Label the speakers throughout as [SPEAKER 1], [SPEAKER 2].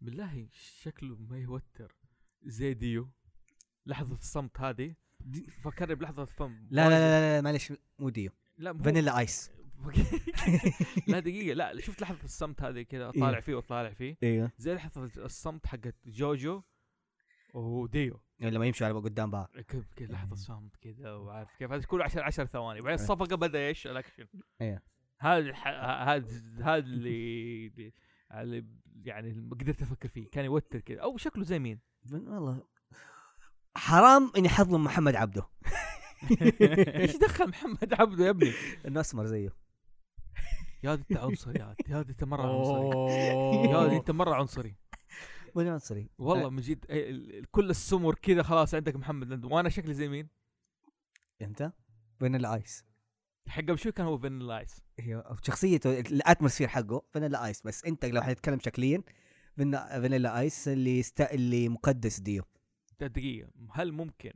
[SPEAKER 1] بالله شكله ما يوتر زي ديو لحظة الصمت هذه فكرني بلحظة فم
[SPEAKER 2] لا لا لا, لا معلش مو ديو
[SPEAKER 1] لا مو-
[SPEAKER 2] فانيلا ايس
[SPEAKER 1] لا دقيقة لا شفت لحظة الصمت هذه كذا
[SPEAKER 2] إيه.
[SPEAKER 1] طالع فيه وطالع فيه
[SPEAKER 2] ايوه
[SPEAKER 1] زي لحظة الصمت حقت جوجو وديو
[SPEAKER 2] لما يمشوا على قدام بعض
[SPEAKER 1] كيف كذا لحظة صمت كذا وعارف كيف هذا كله عشان 10 ثواني بعدين
[SPEAKER 2] إيه.
[SPEAKER 1] الصفقة بدا ايش الاكشن
[SPEAKER 2] ايه
[SPEAKER 1] هذا الح- هذا هذا اللي اللي يعني ما قدرت افكر فيه كان يوتر كذا او شكله زي مين
[SPEAKER 2] والله حرام اني حظلم محمد عبده
[SPEAKER 1] ايش دخل محمد عبده يا ابني
[SPEAKER 2] انه اسمر زيه
[SPEAKER 1] يا دي انت عنصري يا دي- يا دي انت مره عنصري يا دي
[SPEAKER 3] عنصري
[SPEAKER 1] انت مره عنصري
[SPEAKER 2] مو عنصري
[SPEAKER 1] والله من جد إيه، ال- ال- كل السمر كذا خلاص عندك محمد لندن وانا شكلي زي مين
[SPEAKER 2] أه، انت فانيلا ايس
[SPEAKER 1] حق أبو شوي كان هو فانيلا ايس
[SPEAKER 2] ايوه شخصيته الاتموسفير حقه فانيلا ايس بس انت لو حتتكلم شكليا فان- فانيلا ايس اللي است... اللي مقدس ديو
[SPEAKER 1] ده دقيقه هل ممكن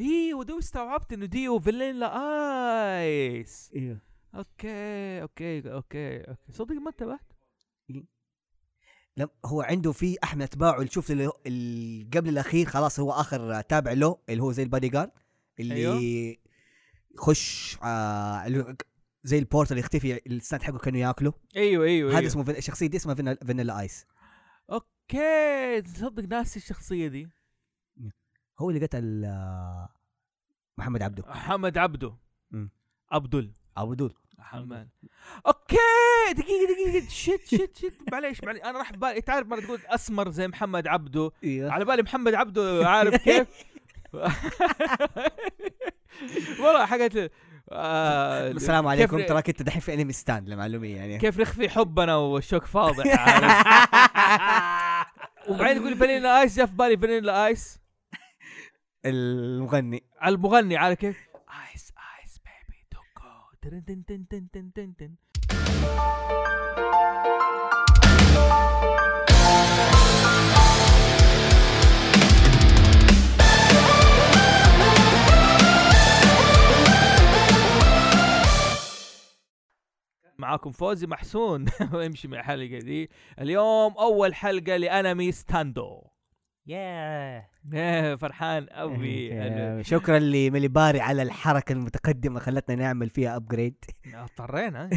[SPEAKER 1] ايوه دوب استوعبت انه ديو فانيلا ايس
[SPEAKER 2] ايوه
[SPEAKER 1] اوكي اوكي اوكي اوكي صدق ما انتبهت
[SPEAKER 2] لم هو عنده في احد من اتباعه اللي شفت اللي هو- اللي قبل الاخير خلاص هو اخر تابع له اللي هو زي البادي جارد
[SPEAKER 1] أيوه.
[SPEAKER 2] اللي يخش آه اللي- زي البورتر يختفي السناد حقه كانوا ياكله
[SPEAKER 1] ايوه ايوه
[SPEAKER 2] هذا
[SPEAKER 1] أيوه.
[SPEAKER 2] اسمه فن- الشخصيه دي اسمها فانيلا- فانيلا ايس
[SPEAKER 1] اوكي تصدق ناسي الشخصيه دي
[SPEAKER 2] هو اللي قتل آه، محمد عبده
[SPEAKER 1] محمد عبده
[SPEAKER 2] مم.
[SPEAKER 1] عبدل
[SPEAKER 2] ابو دول
[SPEAKER 1] حمد اوكي دقيقه دقيقه شت شت شت معليش معليش انا راح بالي تعرف مره تقول اسمر زي محمد عبده على بالي محمد عبده عارف كيف والله حقت آه،
[SPEAKER 2] السلام
[SPEAKER 1] كيف
[SPEAKER 2] عليكم
[SPEAKER 1] ن-
[SPEAKER 2] تراك انت دحين في انمي ستاند للمعلوميه يعني
[SPEAKER 1] كيف نخفي حبنا والشوك فاضح عارف؟ وبعدين تقول فانيلا ايس جاء في بالي فانيلا ايس
[SPEAKER 2] المغني
[SPEAKER 1] على المغني عارف كيف ايس ايس بيبي دونت جو ترن تن تن تن تن تن تن معاكم فوزي محسون وامشي مع الحلقه دي اليوم اول حلقه لانمي ستاندو
[SPEAKER 3] ياه
[SPEAKER 1] إيه، فرحان قوي
[SPEAKER 2] آه، شكرا لميلي باري على الحركه المتقدمه اللي خلتنا نعمل فيها ابجريد
[SPEAKER 1] اضطرينا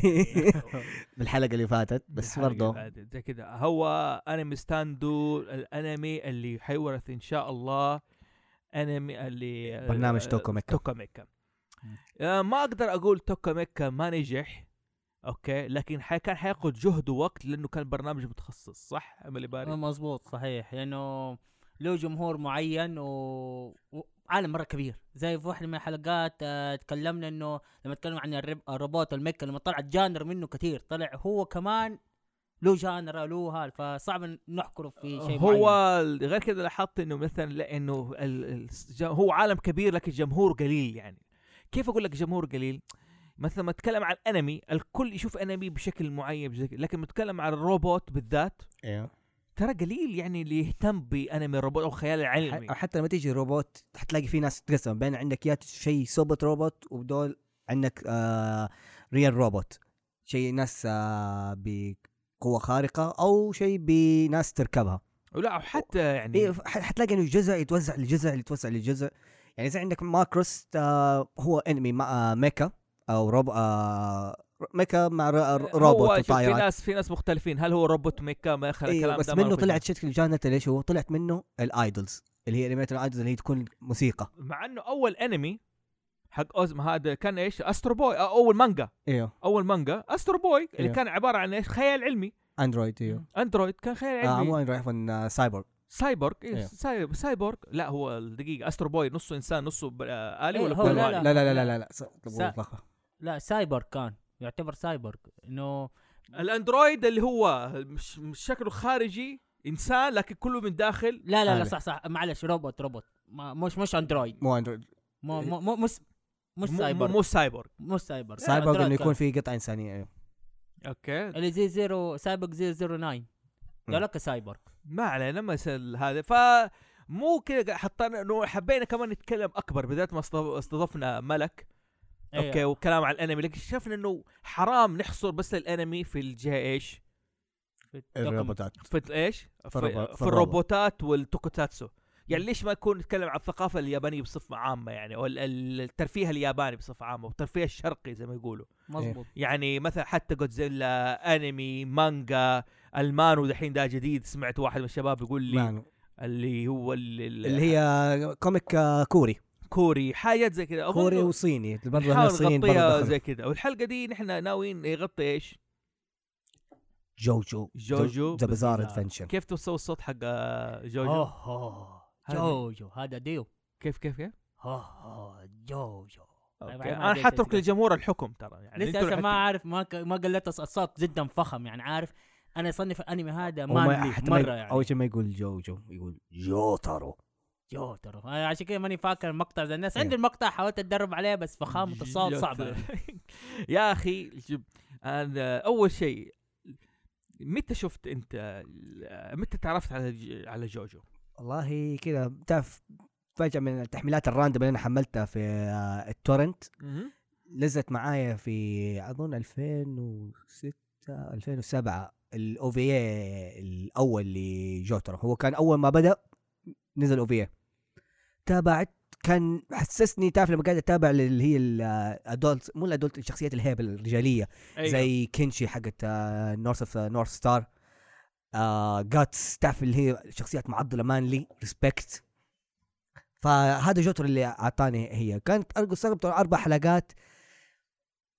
[SPEAKER 2] بالحلقه اللي فاتت بس
[SPEAKER 1] الحلقة
[SPEAKER 2] برضه
[SPEAKER 1] اللي فاتت زي كذا هو انمي ستاندو الانمي اللي حيورث ان شاء الله انمي اللي
[SPEAKER 2] برنامج توكو ميكا.
[SPEAKER 1] توكو ميكا آه، ما اقدر اقول توكو ميكا ما نجح اوكي لكن حي كان حياخذ جهد ووقت لانه كان برنامج متخصص صح امل باري
[SPEAKER 3] مزبوط صحيح لانه له جمهور معين و... و- عالم مره كبير زي في واحده من الحلقات آه، تكلمنا انه لما تكلمنا عن الرب... الروبوت والميكا لما طلعت جانر منه كثير طلع هو كمان له جانر له هال فصعب إن نحكره في
[SPEAKER 2] يعني
[SPEAKER 3] شيء
[SPEAKER 1] آه، هو
[SPEAKER 3] معين.
[SPEAKER 1] غير كذا لاحظت انه مثلا لانه ال- ال- ج- هو عالم كبير لكن جمهور قليل يعني كيف اقول لك جمهور قليل مثلا ما اتكلم عن انمي الكل يشوف انمي بشكل معين بشكل لكن بتكلم عن الروبوت بالذات
[SPEAKER 2] ايوه
[SPEAKER 1] ترى قليل يعني اللي يهتم بانمي الروبوت او خيال العلمي
[SPEAKER 2] او حتى لما تيجي روبوت حتلاقي في ناس تقسم بين عندك يا شيء سوبت روبوت وبدول عندك آه ريال روبوت شيء ناس آه بقوه خارقه او شيء بناس تركبها
[SPEAKER 1] ولا وحتى يعني
[SPEAKER 2] إيه ف- ح- حتلاقي انه جزء يتوزع لجزء يتوزع لجزء يعني زي عندك ماكروس آه هو انمي مع آه ميكا او روب آه ميكا مع ر- ر-
[SPEAKER 1] هو
[SPEAKER 2] روبوت
[SPEAKER 1] شوف في
[SPEAKER 2] وطائرات
[SPEAKER 1] ناس في ناس مختلفين هل هو روبوت ميكا ما يخلى
[SPEAKER 2] إيه
[SPEAKER 1] الكلام
[SPEAKER 2] بس
[SPEAKER 1] ده ما
[SPEAKER 2] منه
[SPEAKER 1] أعرف
[SPEAKER 2] طلعت شكل جانت ليش هو طلعت منه الايدولز اللي هي انميات الايدولز اللي هي تكون موسيقى
[SPEAKER 1] مع انه اول انمي حق اوزما هذا كان ايش استرو بوي أو اول مانجا
[SPEAKER 2] ايوه
[SPEAKER 1] اول مانجا استرو بوي اللي
[SPEAKER 2] أيوه.
[SPEAKER 1] كان عباره عن ايش خيال علمي
[SPEAKER 2] اندرويد ايوه
[SPEAKER 1] اندرويد كان خيال
[SPEAKER 2] آه
[SPEAKER 1] علمي
[SPEAKER 2] مو اندرويد عفوا آه، سايبورغ
[SPEAKER 1] سايبورغ إيه
[SPEAKER 2] أيوه.
[SPEAKER 1] سايب- سايبورغ لا هو دقيقه استرو بوي نصه انسان نصه ب- آه، الي
[SPEAKER 3] إيه،
[SPEAKER 1] ولا
[SPEAKER 3] هو
[SPEAKER 1] كله
[SPEAKER 3] لا،
[SPEAKER 1] آلي؟
[SPEAKER 2] لا لا لا لا لا, لا.
[SPEAKER 3] سا-
[SPEAKER 2] لا.
[SPEAKER 3] لا سايبر كان يعتبر سايبر انه
[SPEAKER 1] الاندرويد اللي هو مش مش شكله خارجي انسان لكن كله من داخل
[SPEAKER 3] لا لا لا
[SPEAKER 2] آلة.
[SPEAKER 3] صح صح معلش روبوت روبوت ما مش مش اندرويد
[SPEAKER 2] مو اندرويد
[SPEAKER 3] مو مو مو مش مش
[SPEAKER 1] إيه. مو-
[SPEAKER 3] سايبر
[SPEAKER 1] مو سايبورغ
[SPEAKER 3] مش سايبر
[SPEAKER 2] سايبورغ
[SPEAKER 3] أندرويد
[SPEAKER 2] انه يكون
[SPEAKER 3] كان.
[SPEAKER 2] في قطعه انسانيه ايوه
[SPEAKER 1] اوكي
[SPEAKER 3] اللي زي زيرو سايبر زي زيرو ناين
[SPEAKER 2] مم.
[SPEAKER 3] ذولك سايبر
[SPEAKER 1] ما علينا ما سل- هذا ف مو كذا حطينا انه حبينا كمان نتكلم اكبر بالذات ما استض- استضفنا ملك
[SPEAKER 3] أيوة.
[SPEAKER 1] اوكي وكلام عن الانمي لكن شفنا انه حرام نحصر بس الانمي في الجهه ايش؟
[SPEAKER 3] في الرقم
[SPEAKER 4] الروبوتات
[SPEAKER 1] في ايش؟
[SPEAKER 4] في الروبو-
[SPEAKER 1] في,
[SPEAKER 4] في
[SPEAKER 1] في الروبوتات والتوكوتاتسو يعني ليش ما نكون نتكلم عن الثقافة اليابانية بصفة عامة يعني او ال- ال- الترفيه الياباني بصفة عامة والترفيه الشرقي زي ما يقولوا
[SPEAKER 3] مظبوط
[SPEAKER 1] يعني مثلا حتى جودزيلا انمي مانجا المانو دحين ده جديد سمعت واحد من الشباب يقول لي
[SPEAKER 2] معنى.
[SPEAKER 1] اللي هو ال- ال-
[SPEAKER 2] اللي هي كوميك آه، كوري
[SPEAKER 1] كوري حاجات زي كذا أظن
[SPEAKER 2] كوري وصيني برضه هنا
[SPEAKER 1] نحاول
[SPEAKER 2] الصينيين برضه
[SPEAKER 1] نغطيها
[SPEAKER 2] دخلوا.
[SPEAKER 1] زي كذا والحلقة دي نحن ناويين يغطي ايش؟
[SPEAKER 2] جوجو
[SPEAKER 1] جوجو
[SPEAKER 2] ذا بزار
[SPEAKER 1] بالبزار.
[SPEAKER 2] ادفنشر
[SPEAKER 1] كيف توصل الصوت حق آه، جوجو؟
[SPEAKER 3] اوه أوه.
[SPEAKER 1] هذا-
[SPEAKER 3] جوجو هذا ديو
[SPEAKER 1] كيف كيف كيف؟
[SPEAKER 3] أوه، أوه، جوجو
[SPEAKER 1] أوكي.
[SPEAKER 3] طيب، ما
[SPEAKER 1] انا
[SPEAKER 3] أدري إيش
[SPEAKER 1] حترك
[SPEAKER 3] أقول.
[SPEAKER 1] للجمهور الحكم ترى يعني
[SPEAKER 3] لسه
[SPEAKER 1] أنتوا
[SPEAKER 3] لسه ما
[SPEAKER 1] الحكم.
[SPEAKER 3] عارف ما ك... ما قلت الصوت جدا فخم يعني عارف انا يصنف الانمي هذا
[SPEAKER 2] هو ما-
[SPEAKER 3] مانلي
[SPEAKER 2] حتى ما-
[SPEAKER 3] مره يعني
[SPEAKER 2] اول شيء ما يقول جوجو يقول جوترو
[SPEAKER 3] يو ترى أنا عشان كذا ماني فاكر المقطع زي الناس
[SPEAKER 2] إيه.
[SPEAKER 3] عندي المقطع حاولت اتدرب عليه بس فخامه الصوت
[SPEAKER 1] جوت-
[SPEAKER 3] صعبه يعني.
[SPEAKER 1] يا اخي جب- انا اول شيء متى شفت انت متى تعرفت على ج- على جوجو؟
[SPEAKER 2] والله كذا تعرف فجأة من التحميلات الراندوم اللي أنا حملتها في آه، التورنت لزت معايا في أظن 2006 2007 الأو في الأول لجوترو هو كان أول ما بدأ نزل أو في تابعت كان حسسني تعرف لما قاعد اتابع اللي هي الادولت مو الادولت الشخصيات الهيبه الرجاليه
[SPEAKER 1] أيوة.
[SPEAKER 2] زي كينشي حقت آه، نورث اوف نورث ستار جاتس تعرف آه، اللي هي شخصيات معضله مانلي ريسبكت فهذا جوتر اللي اعطاني هي كانت أرق- استغربت اربع حلقات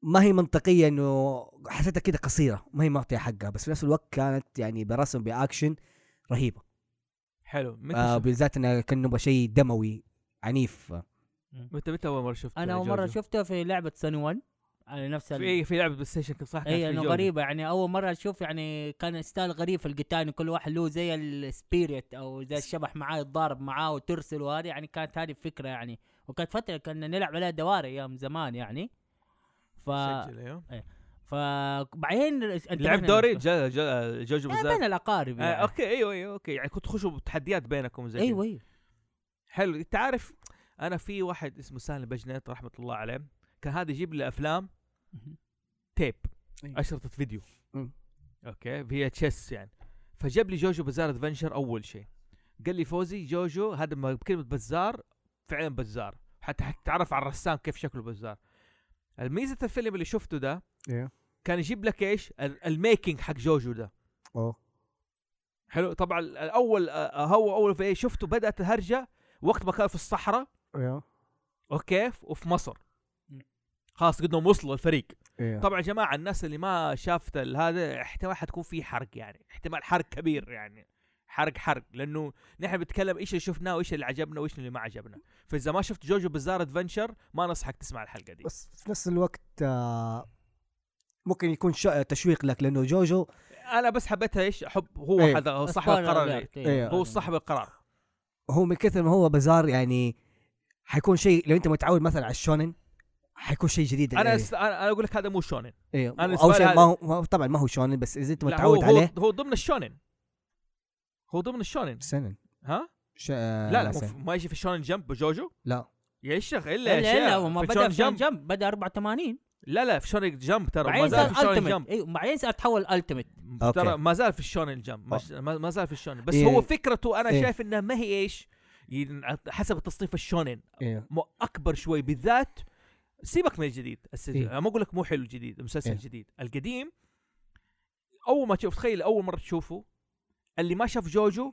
[SPEAKER 2] ما هي منطقيه انه حسيتها كده قصيره ما هي معطيه حقها بس في نفس الوقت كانت يعني برسم باكشن رهيبه
[SPEAKER 1] حلو متى
[SPEAKER 2] آه
[SPEAKER 1] شفت-
[SPEAKER 2] بالذات انه كان نبغى شيء دموي عنيف
[SPEAKER 1] متى متى اول مره شفت
[SPEAKER 3] انا اول مره
[SPEAKER 1] جوجو؟
[SPEAKER 3] شفته في لعبه سوني 1 على نفس
[SPEAKER 1] في إيه؟ اي في لعبه بلاي ستيشن كنت صح
[SPEAKER 3] اي انه غريبه يعني اول مره اشوف يعني كان ستايل غريب في القتال كل واحد له زي السبيريت او زي الشبح معاه يتضارب معاه وترسل وهذه يعني كانت هذه الفكره يعني وكانت فتره كنا نلعب عليها دواري ايام زمان يعني ف فبعدين
[SPEAKER 1] أيوة. لعب دوري جو- جو- جوجو بالذات
[SPEAKER 3] بين الاقارب
[SPEAKER 1] آه،
[SPEAKER 3] يعني.
[SPEAKER 1] اوكي ايوه ايوه اوكي يعني كنت تخشوا بتحديات بينكم زي
[SPEAKER 3] ايوه ايوه
[SPEAKER 1] حلو انت عارف انا في واحد اسمه سالم بجنيط رحمه الله عليه كان هذا يجيب لي افلام تيب
[SPEAKER 2] أيوة.
[SPEAKER 1] اشرطه فيديو
[SPEAKER 2] مم.
[SPEAKER 1] اوكي هي تشيس يعني فجاب لي جوجو بزار ادفنشر اول شيء قال لي فوزي جوجو هذا ما- بكلمه بزار فعلا بزار حتى حتتعرف على الرسام كيف شكله بزار الميزه الفيلم اللي شفته ده
[SPEAKER 2] إيه.
[SPEAKER 1] كان يجيب لك ايش ال- الميكينج حق جوجو ده
[SPEAKER 2] أوه.
[SPEAKER 1] حلو طبعا الاول آه، هو اول في إيه شفته بدات الهرجه وقت ما كان في الصحراء
[SPEAKER 4] ايوه
[SPEAKER 1] اوكي ف- وفي مصر
[SPEAKER 3] م.
[SPEAKER 1] خلاص قدهم وصلوا الفريق
[SPEAKER 2] آه.
[SPEAKER 4] ايوه
[SPEAKER 1] طبعا يا جماعه الناس اللي ما شافت ال- هذا احتمال حتكون في حرق يعني احتمال حرق كبير يعني حرق حرق لانه نحن بنتكلم ايش اللي شفناه وايش اللي عجبنا وايش اللي ما عجبنا فاذا ما شفت جوجو بزار ادفنشر ما نصحك تسمع الحلقه دي
[SPEAKER 2] بس في نفس الوقت آه، ممكن يكون شا- تشويق لك لانه جوجو
[SPEAKER 1] انا بس حبيتها ايش حب هو
[SPEAKER 4] إيه.
[SPEAKER 1] هذا هو صاحب القرار اللي-
[SPEAKER 4] إيه.
[SPEAKER 1] هو صاحب القرار
[SPEAKER 2] هو من كثر ما هو بزار يعني حيكون شيء لو انت متعود مثلا على الشونن حيكون شيء جديد
[SPEAKER 1] انا
[SPEAKER 2] عليه.
[SPEAKER 1] است... انا أنا اقول لك هذا مو شونن
[SPEAKER 2] ايوه
[SPEAKER 1] أنا
[SPEAKER 2] او
[SPEAKER 1] بالنسبة
[SPEAKER 2] شيء
[SPEAKER 1] لي
[SPEAKER 2] ما هو ما هو- طبعا ما هو شونن بس اذا انت
[SPEAKER 1] لا، هو
[SPEAKER 2] متعود
[SPEAKER 1] هو,
[SPEAKER 2] عليه
[SPEAKER 1] هو ضمن الشونن هو ضمن الشونن
[SPEAKER 2] سنن
[SPEAKER 1] ها
[SPEAKER 2] ش... آه،
[SPEAKER 1] لا لا مو-
[SPEAKER 2] سنن.
[SPEAKER 1] ما يجي في الشونن جنب جوجو
[SPEAKER 2] لا
[SPEAKER 1] يا شيخ الا
[SPEAKER 3] لا
[SPEAKER 1] يا شيخ
[SPEAKER 3] لا هو ما
[SPEAKER 1] في
[SPEAKER 3] بدا
[SPEAKER 1] شونن
[SPEAKER 3] في جنب.
[SPEAKER 1] جنب
[SPEAKER 3] جنب بدا 84
[SPEAKER 1] لا لا في شونن جمب ترى ما
[SPEAKER 3] بعدين
[SPEAKER 1] زال في
[SPEAKER 3] صار
[SPEAKER 1] شونن جمب
[SPEAKER 3] التمت ايوه بعدين صار تحول التمت
[SPEAKER 2] أوكي.
[SPEAKER 1] ترى ما زال في الشونن جمب ما- ما ما زال في الشونن بس
[SPEAKER 2] إيه.
[SPEAKER 1] هو فكرته انا
[SPEAKER 2] إيه.
[SPEAKER 1] شايف انها ما هي ايش ين- حسب التصنيف الشونن
[SPEAKER 2] ايوه
[SPEAKER 1] مو اكبر شوي بالذات سيبك من الجديد السلسلة.
[SPEAKER 2] إيه.
[SPEAKER 1] انا ما اقول لك مو حلو الجديد المسلسل
[SPEAKER 2] إيه.
[SPEAKER 1] الجديد القديم اول ما تشوف تخيل اول مره تشوفه اللي ما شاف جوجو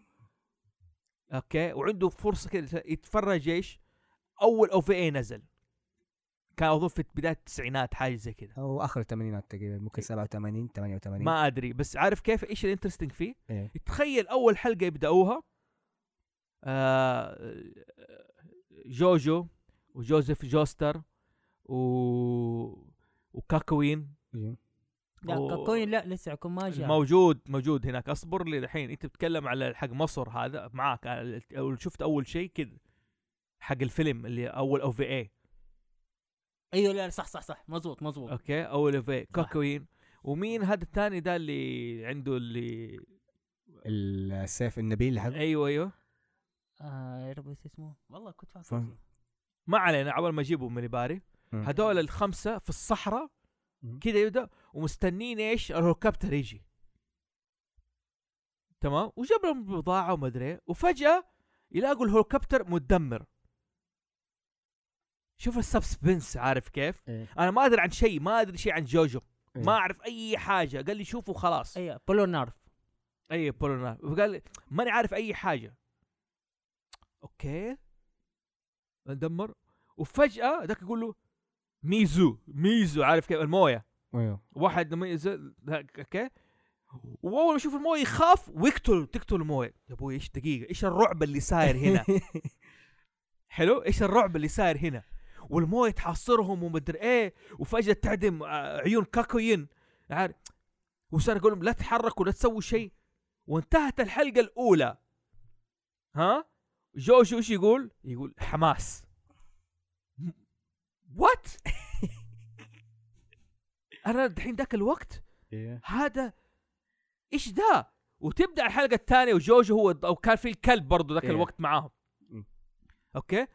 [SPEAKER 1] اوكي وعنده فرصه كده يتفرج ايش اول او في اي نزل كان اظن في بدايه التسعينات حاجه زي كذا
[SPEAKER 2] او اخر الثمانينات تقريبا ممكن 87 88
[SPEAKER 1] إيه. ما ادري بس عارف كيف ايش الانترستنج فيه؟
[SPEAKER 2] يعني إيه.
[SPEAKER 1] تخيل اول حلقه يبداوها آه جوجو وجوزيف جوستر و وكاكوين
[SPEAKER 2] إيه.
[SPEAKER 3] لا
[SPEAKER 1] أوه.
[SPEAKER 3] كاكوين لا لسه يكون ما جاء
[SPEAKER 1] موجود موجود هناك اصبر لي الحين انت بتتكلم على حق مصر هذا معك أنا أول- شفت اول شيء كذا حق الفيلم اللي اول او في اي
[SPEAKER 3] ايوه لا صح صح صح مزبوط مزبوط
[SPEAKER 1] اوكي اول او في اي كاكوين ومين هذا الثاني ده اللي عنده اللي
[SPEAKER 2] السيف النبيل حق
[SPEAKER 1] ايوه ايوه
[SPEAKER 3] آه يا رب إيش اسمه والله كنت فاكر
[SPEAKER 2] فاهم.
[SPEAKER 3] فيه.
[SPEAKER 1] ما علينا عبال ما اجيبهم من باري
[SPEAKER 2] مم.
[SPEAKER 1] إيه. هذول الخمسه في الصحراء
[SPEAKER 2] مم.
[SPEAKER 1] كذا يبدا ومستنين ايش الهليكوبتر يجي تمام وجاب لهم بضاعه وما ادري إيه، وفجاه يلاقوا الهليكوبتر متدمر شوف السبسبنس عارف كيف
[SPEAKER 3] إيه.
[SPEAKER 1] انا ما ادري عن شيء ما ادري شيء عن جوجو
[SPEAKER 2] إيه.
[SPEAKER 1] ما اعرف اي حاجه قال لي شوفوا خلاص
[SPEAKER 3] اي أيوة، بولو نعرف
[SPEAKER 1] اي بولونار فقال لي ماني عارف اي حاجه اوكي ندمر وفجاه ذاك يقول له ميزو ميزو عارف كيف المويه
[SPEAKER 2] ايوه
[SPEAKER 1] واحد لما ينزل ذاك- اوكي واول ما يشوف المويه يخاف ويقتل تقتل المويه يا ابوي ايش دقيقه ايش الرعب اللي صاير هنا حلو ايش الرعب اللي صاير هنا والمويه تحاصرهم ومدري ايه وفجاه تعدم آه، عيون كاكوين عارف وصار يقول لهم لا تتحركوا لا تسووا شيء وانتهت الحلقه الاولى ها جوجو ايش يقول؟ يقول حماس وات انا الحين ذاك الوقت إيه. هذا ايش ده وتبدا الحلقه الثانيه وجوجو هو او كان في الكلب برضه ذاك
[SPEAKER 2] إيه.
[SPEAKER 1] الوقت معاهم
[SPEAKER 2] مم.
[SPEAKER 1] اوكي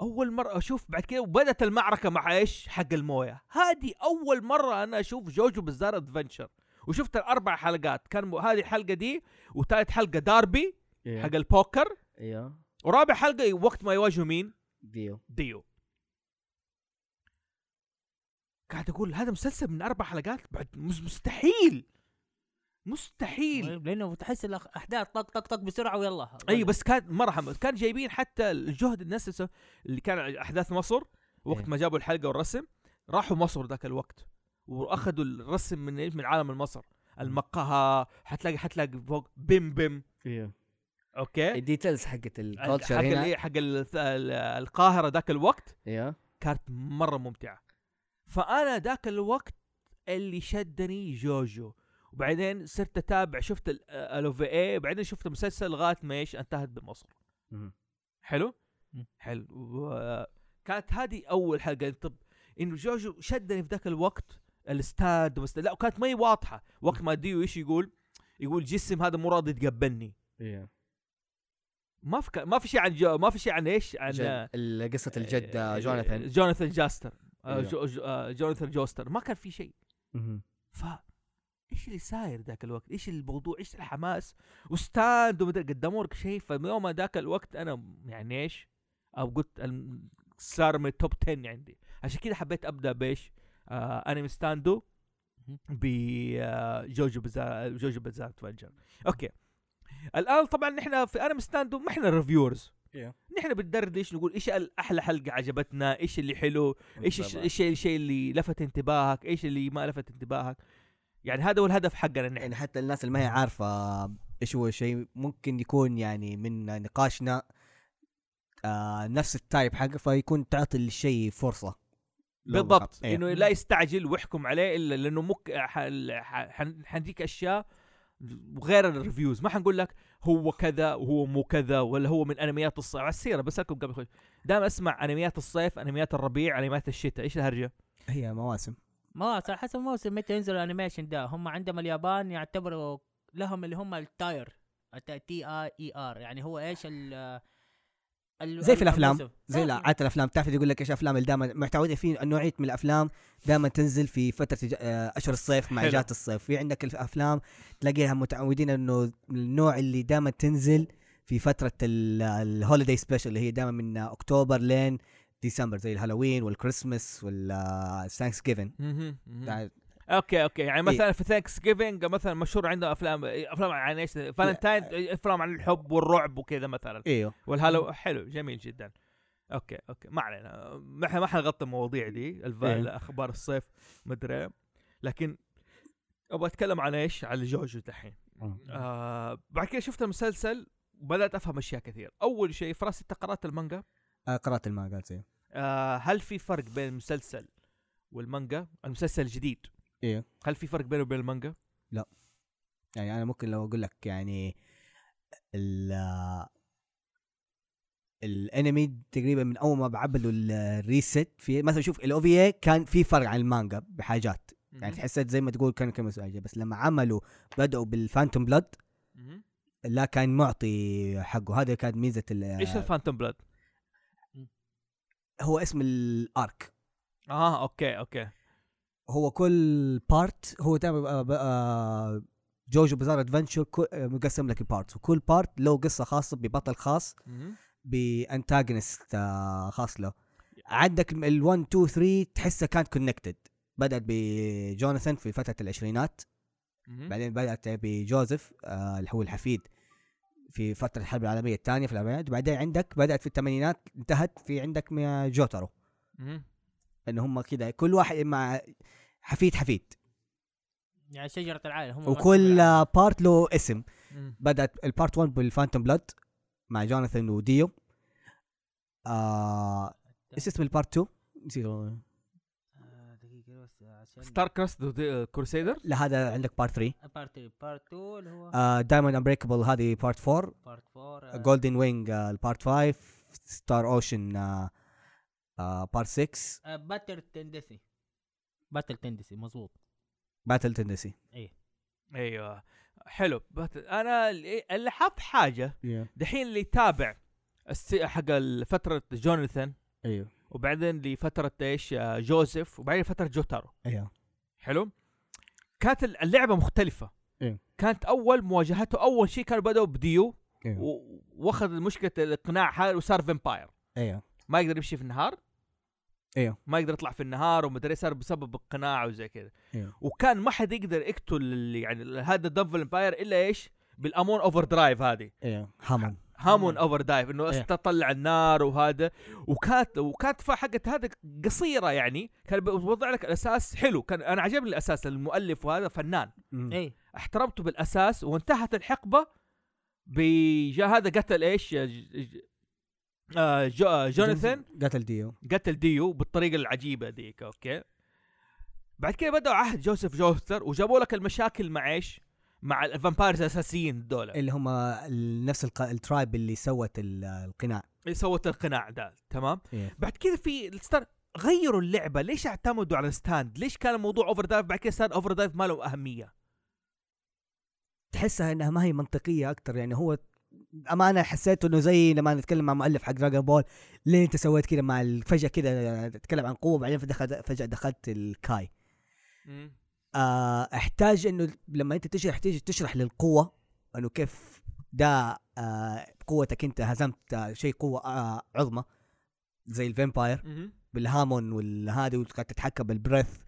[SPEAKER 1] اول مره اشوف بعد كده وبدت المعركه مع ايش حق المويه هذه اول مره انا اشوف جوجو بالزار ادفنشر وشفت الاربع حلقات كان م- هذه الحلقه دي وثالث حلقه داربي
[SPEAKER 2] إيه.
[SPEAKER 1] حق البوكر
[SPEAKER 2] ايوه
[SPEAKER 1] ورابع حلقه وقت ما يواجهوا مين إيه.
[SPEAKER 2] ديو
[SPEAKER 1] ديو قاعد اقول هذا مسلسل من اربع حلقات بعد مس- مستحيل مستحيل
[SPEAKER 3] طيب، لانه تحس الأخ- الاحداث طق طق طق بسرعه ويلا
[SPEAKER 2] أيوة،
[SPEAKER 1] اي بس كان مره حمد كان جايبين حتى الجهد الناس اللي سو- اللي كان احداث مصر وقت
[SPEAKER 2] إيه.
[SPEAKER 1] ما جابوا الحلقه والرسم راحوا مصر ذاك الوقت واخذوا الرسم من إيش؟ من عالم المصر
[SPEAKER 2] إيه.
[SPEAKER 1] المقهى حتلاقي حتلاقي فوق بيم بيم
[SPEAKER 2] ايوه
[SPEAKER 1] اوكي
[SPEAKER 2] الديتيلز حقت
[SPEAKER 1] إيه. حق
[SPEAKER 2] الكالتشر هنا
[SPEAKER 1] ال- حق ال- ال- القاهره ذاك الوقت
[SPEAKER 2] ايوه
[SPEAKER 1] كانت مره ممتعه فانا ذاك الوقت اللي شدني جوجو وبعدين صرت اتابع شفت آه، الو في اي وبعدين شفت مسلسل لغايه ما ايش انتهت بمصر
[SPEAKER 2] مم.
[SPEAKER 1] حلو
[SPEAKER 3] مم.
[SPEAKER 1] حلو و- كانت هذه اول حلقه طب انه جوجو شدني في ذاك الوقت الاستاد ومست... لا وكانت ما هي واضحه وقت ما ديو ايش يقول يقول جسم هذا مو راضي يتقبلني
[SPEAKER 2] ايوه
[SPEAKER 1] ما في ك- ما في شيء عن جو... ما في شيء عن ايش عن
[SPEAKER 2] جد- ال- قصه الجد آه، جوناثان
[SPEAKER 1] جوناثان جاستر آه،
[SPEAKER 2] أيوه.
[SPEAKER 1] جو- جو- آه، جوناثان جوستر ما كان في شيء
[SPEAKER 2] مم.
[SPEAKER 1] ف ايش اللي صاير ذاك الوقت؟ ايش الموضوع؟ ايش الحماس؟ وستاند ومدري قدموا لك شيء فمن يوم ذاك الوقت انا يعني ايش؟ او قلت الم- صار من التوب 10 عندي عشان كذا حبيت ابدا بايش؟ آه انمي ستاندو ب آه، جوجو بزار جوجو بزار ادفنجر اوكي الان طبعا نحن في انمي ستاندو ما احنا ريفيورز
[SPEAKER 2] Yeah.
[SPEAKER 1] نحن بندرد ايش نقول ايش الاحلى حلقه عجبتنا ايش اللي حلو ايش ايش الشيء اللي لفت انتباهك ايش اللي ما لفت انتباهك يعني هذا هو الهدف حقنا نحن
[SPEAKER 2] يعني حتى الناس اللي ما هي عارفه ايش هو الشيء ممكن يكون يعني من نقاشنا آه نفس التايب حقه فيكون تعطي الشيء فرصه لو
[SPEAKER 1] بالضبط
[SPEAKER 2] بقى- إيه.
[SPEAKER 1] انه لا يستعجل ويحكم عليه الا لانه مك ح- ح- حن- حنديك اشياء غير الريفيوز ما حنقول لك هو كذا وهو مو كذا ولا هو من انميات الصيف على السيره بسالكم قبل خش دائما اسمع انميات الصيف انميات الربيع انميات الشتاء ايش الهرجه؟
[SPEAKER 2] هي مواسم
[SPEAKER 3] ما على حسب الموسم متى ينزل الانيميشن ده هم عندهم اليابان يعتبروا لهم اللي هم التاير تي اي اي ار يعني هو ايش ال ال-
[SPEAKER 2] زي في
[SPEAKER 3] ال-
[SPEAKER 2] الأفلام،
[SPEAKER 3] الموسم.
[SPEAKER 2] زي لا عاده الافلام تعرف يقول لك ايش افلام اللي دائما متعودين فيه نوعيه من الافلام دائما تنزل في فتره ج- آه، اشهر الصيف مع
[SPEAKER 1] حلو.
[SPEAKER 2] جات الصيف في عندك الافلام تلاقيها متعودين انه من النوع اللي دائما تنزل في فتره الهوليداي سبيشل اللي هي دائما من اكتوبر لين ديسمبر زي الهالوين والكريسماس آه، والثانكس جيفن
[SPEAKER 1] مهم، مهم. اوكي اوكي يعني مثلا في ثانكس جيفنج مثلا مشهور عنده افلام افلام عن ايش فالنتاين افلام عن الحب والرعب وكذا مثلا
[SPEAKER 2] ايوه
[SPEAKER 1] والهالو حلو جميل جدا اوكي اوكي ما علينا ما ح- ما حنغطي المواضيع دي الف-
[SPEAKER 2] إيه.
[SPEAKER 1] الاخبار الصيف مدري إيه. لكن ابغى اتكلم عن ايش على جوجو دحين آه بعد كده شفت المسلسل وبدات افهم اشياء كثير اول شيء فراس انت قرات المانجا
[SPEAKER 2] آه، قرات المانجا زي
[SPEAKER 1] آه هل في فرق بين المسلسل والمانجا المسلسل الجديد
[SPEAKER 2] إيه.
[SPEAKER 1] هل في فرق بينه وبين المانجا
[SPEAKER 2] يعني انا ممكن لو اقول لك يعني ال الانمي تقريبا من اول ما بعبلوا الريست في مثلا شوف الاوفي كان في فرق عن المانجا بحاجات يعني تحسيت زي ما تقول كان كم مسؤولية بس لما عملوا بدأوا بالفانتوم بلاد
[SPEAKER 1] مهم.
[SPEAKER 2] لا كان معطي حقه هذا كانت ميزة ال-
[SPEAKER 1] ايش الفانتوم بلاد
[SPEAKER 2] هو اسم الارك آه،
[SPEAKER 1] اه اوكي اوكي
[SPEAKER 2] هو كل بارت هو دائما جوجو بزار ادفنتشر كو- آه، مقسم لك بارتس وكل بارت له قصه خاصه ببطل خاص
[SPEAKER 1] مهم.
[SPEAKER 2] بانتاجونست آه، خاص له عندك ال 1 2 3 تحسها كانت كونكتد بدات بجوناثان في فتره العشرينات
[SPEAKER 1] مهم.
[SPEAKER 2] بعدين بدات بجوزيف آه، اللي هو الحفيد في فتره الحرب العالميه الثانيه في الاربعينات وبعدين عندك بدات في الثمانينات انتهت في عندك مع جوترو
[SPEAKER 1] مهم.
[SPEAKER 2] ان هم كذا كل واحد مع حفيد حفيد
[SPEAKER 3] يعني شجره العائله هم
[SPEAKER 2] وكل
[SPEAKER 3] مسؤولين.
[SPEAKER 2] بارت له اسم
[SPEAKER 1] مهم.
[SPEAKER 2] بدات البارت 1 بالفانتوم بلاد مع جوناثان وديو آه ايش اسم البارت 2؟ نسيت والله.
[SPEAKER 3] آه، دقيقه بس عشان
[SPEAKER 1] ستار كراست كورسيدر
[SPEAKER 2] لا هذا عندك بارت 3
[SPEAKER 3] بارت 3 بارت 2 اللي هو
[SPEAKER 2] آه دايموند امبريكابل هذه بارت 4
[SPEAKER 3] بارت 4 آه،
[SPEAKER 2] جولدن وينج آه البارت 5 ستار اوشن آه آه بارت 6
[SPEAKER 3] آه، باتل تندسي باتل تندسي مظبوط
[SPEAKER 2] باتل تندسي
[SPEAKER 1] ايوه حلو بات- انا اللي اللي حط حاجه دحين اللي يتابع الس- حق فتره جوناثان
[SPEAKER 2] ايوه
[SPEAKER 1] وبعدين لفتره ايش آه، جوزيف وبعدين فتره جوتارو
[SPEAKER 2] ايوه
[SPEAKER 1] حلو كانت اللعبه مختلفه
[SPEAKER 2] إيه.
[SPEAKER 1] كانت اول مواجهته اول شيء كانوا بدأوا بديو
[SPEAKER 2] ايوه
[SPEAKER 1] و- واخذ مشكله الاقناع حاله وصار فامباير
[SPEAKER 2] ايوه
[SPEAKER 1] ما يقدر يمشي في النهار
[SPEAKER 2] ايوه
[SPEAKER 1] ما يقدر يطلع في النهار ومدري إيه صار بسبب اقناع وزي كذا
[SPEAKER 2] ايوه
[SPEAKER 1] وكان ما حد يقدر يقتل اللي يعني هذا دمب امباير الا ايش بالامون اوفر درايف هذه
[SPEAKER 2] ايوه هامون
[SPEAKER 1] هامون
[SPEAKER 3] هامون.
[SPEAKER 1] اوفر دايف انه
[SPEAKER 2] إيه.
[SPEAKER 1] تطلع النار وهذا وكانت وكانت حقت هذا قصيره يعني كان بوضع لك الاساس حلو كان انا عجبني الاساس المؤلف وهذا فنان
[SPEAKER 2] إيه،
[SPEAKER 3] اي
[SPEAKER 1] احترمته بالاساس وانتهت الحقبه بجا هذا قتل ايش ج- ج- آه، جو- آه، جوناثان
[SPEAKER 2] قتل ديو
[SPEAKER 1] قتل ديو بالطريقه العجيبه ذيك اوكي بعد كده بدأوا عهد جوزيف جوستر وجابوا لك المشاكل مع ايش مع الفامبايرز الاساسيين دول
[SPEAKER 2] اللي هم ال- نفس الق- الترايب اللي سوت ال- القناع
[SPEAKER 1] اللي سوت القناع ده تمام
[SPEAKER 2] إيه.
[SPEAKER 1] بعد كده في الستار غيروا اللعبه ليش اعتمدوا على الستاند ليش كان الموضوع اوفر دايف بعد كده صار اوفر دايف ما له اهميه
[SPEAKER 2] تحسها انها ما هي منطقيه اكثر يعني هو امانه حسيت انه زي لما نتكلم مع مؤلف حق دراجون بول ليه انت سويت كذا مع ال- فجاه كذا تتكلم عن قوه بعدين فدخل- فجاه دخلت الكاي آه احتاج انه لما انت تشرح تيجي تشرح للقوه انه كيف ده آه قوتك انت هزمت آه شيء قوه آه عظمى زي الفامباير
[SPEAKER 1] مهم.
[SPEAKER 2] بالهامون والهادي وتقعد تتحكم بالبريث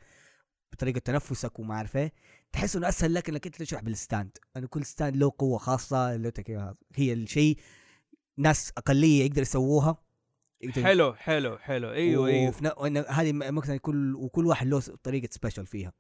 [SPEAKER 2] بطريقه تنفسك وما عارف ايه تحس انه اسهل لك انك انت تشرح بالستاند انه كل ستاند له قوه خاصه له تك- هي الشيء ناس اقليه يقدر يسووها يقدر-
[SPEAKER 1] حلو حلو حلو ايوه ايوه
[SPEAKER 2] وفي ن- وإن هذه ممكن كل وكل واحد له طريقه سبيشل فيها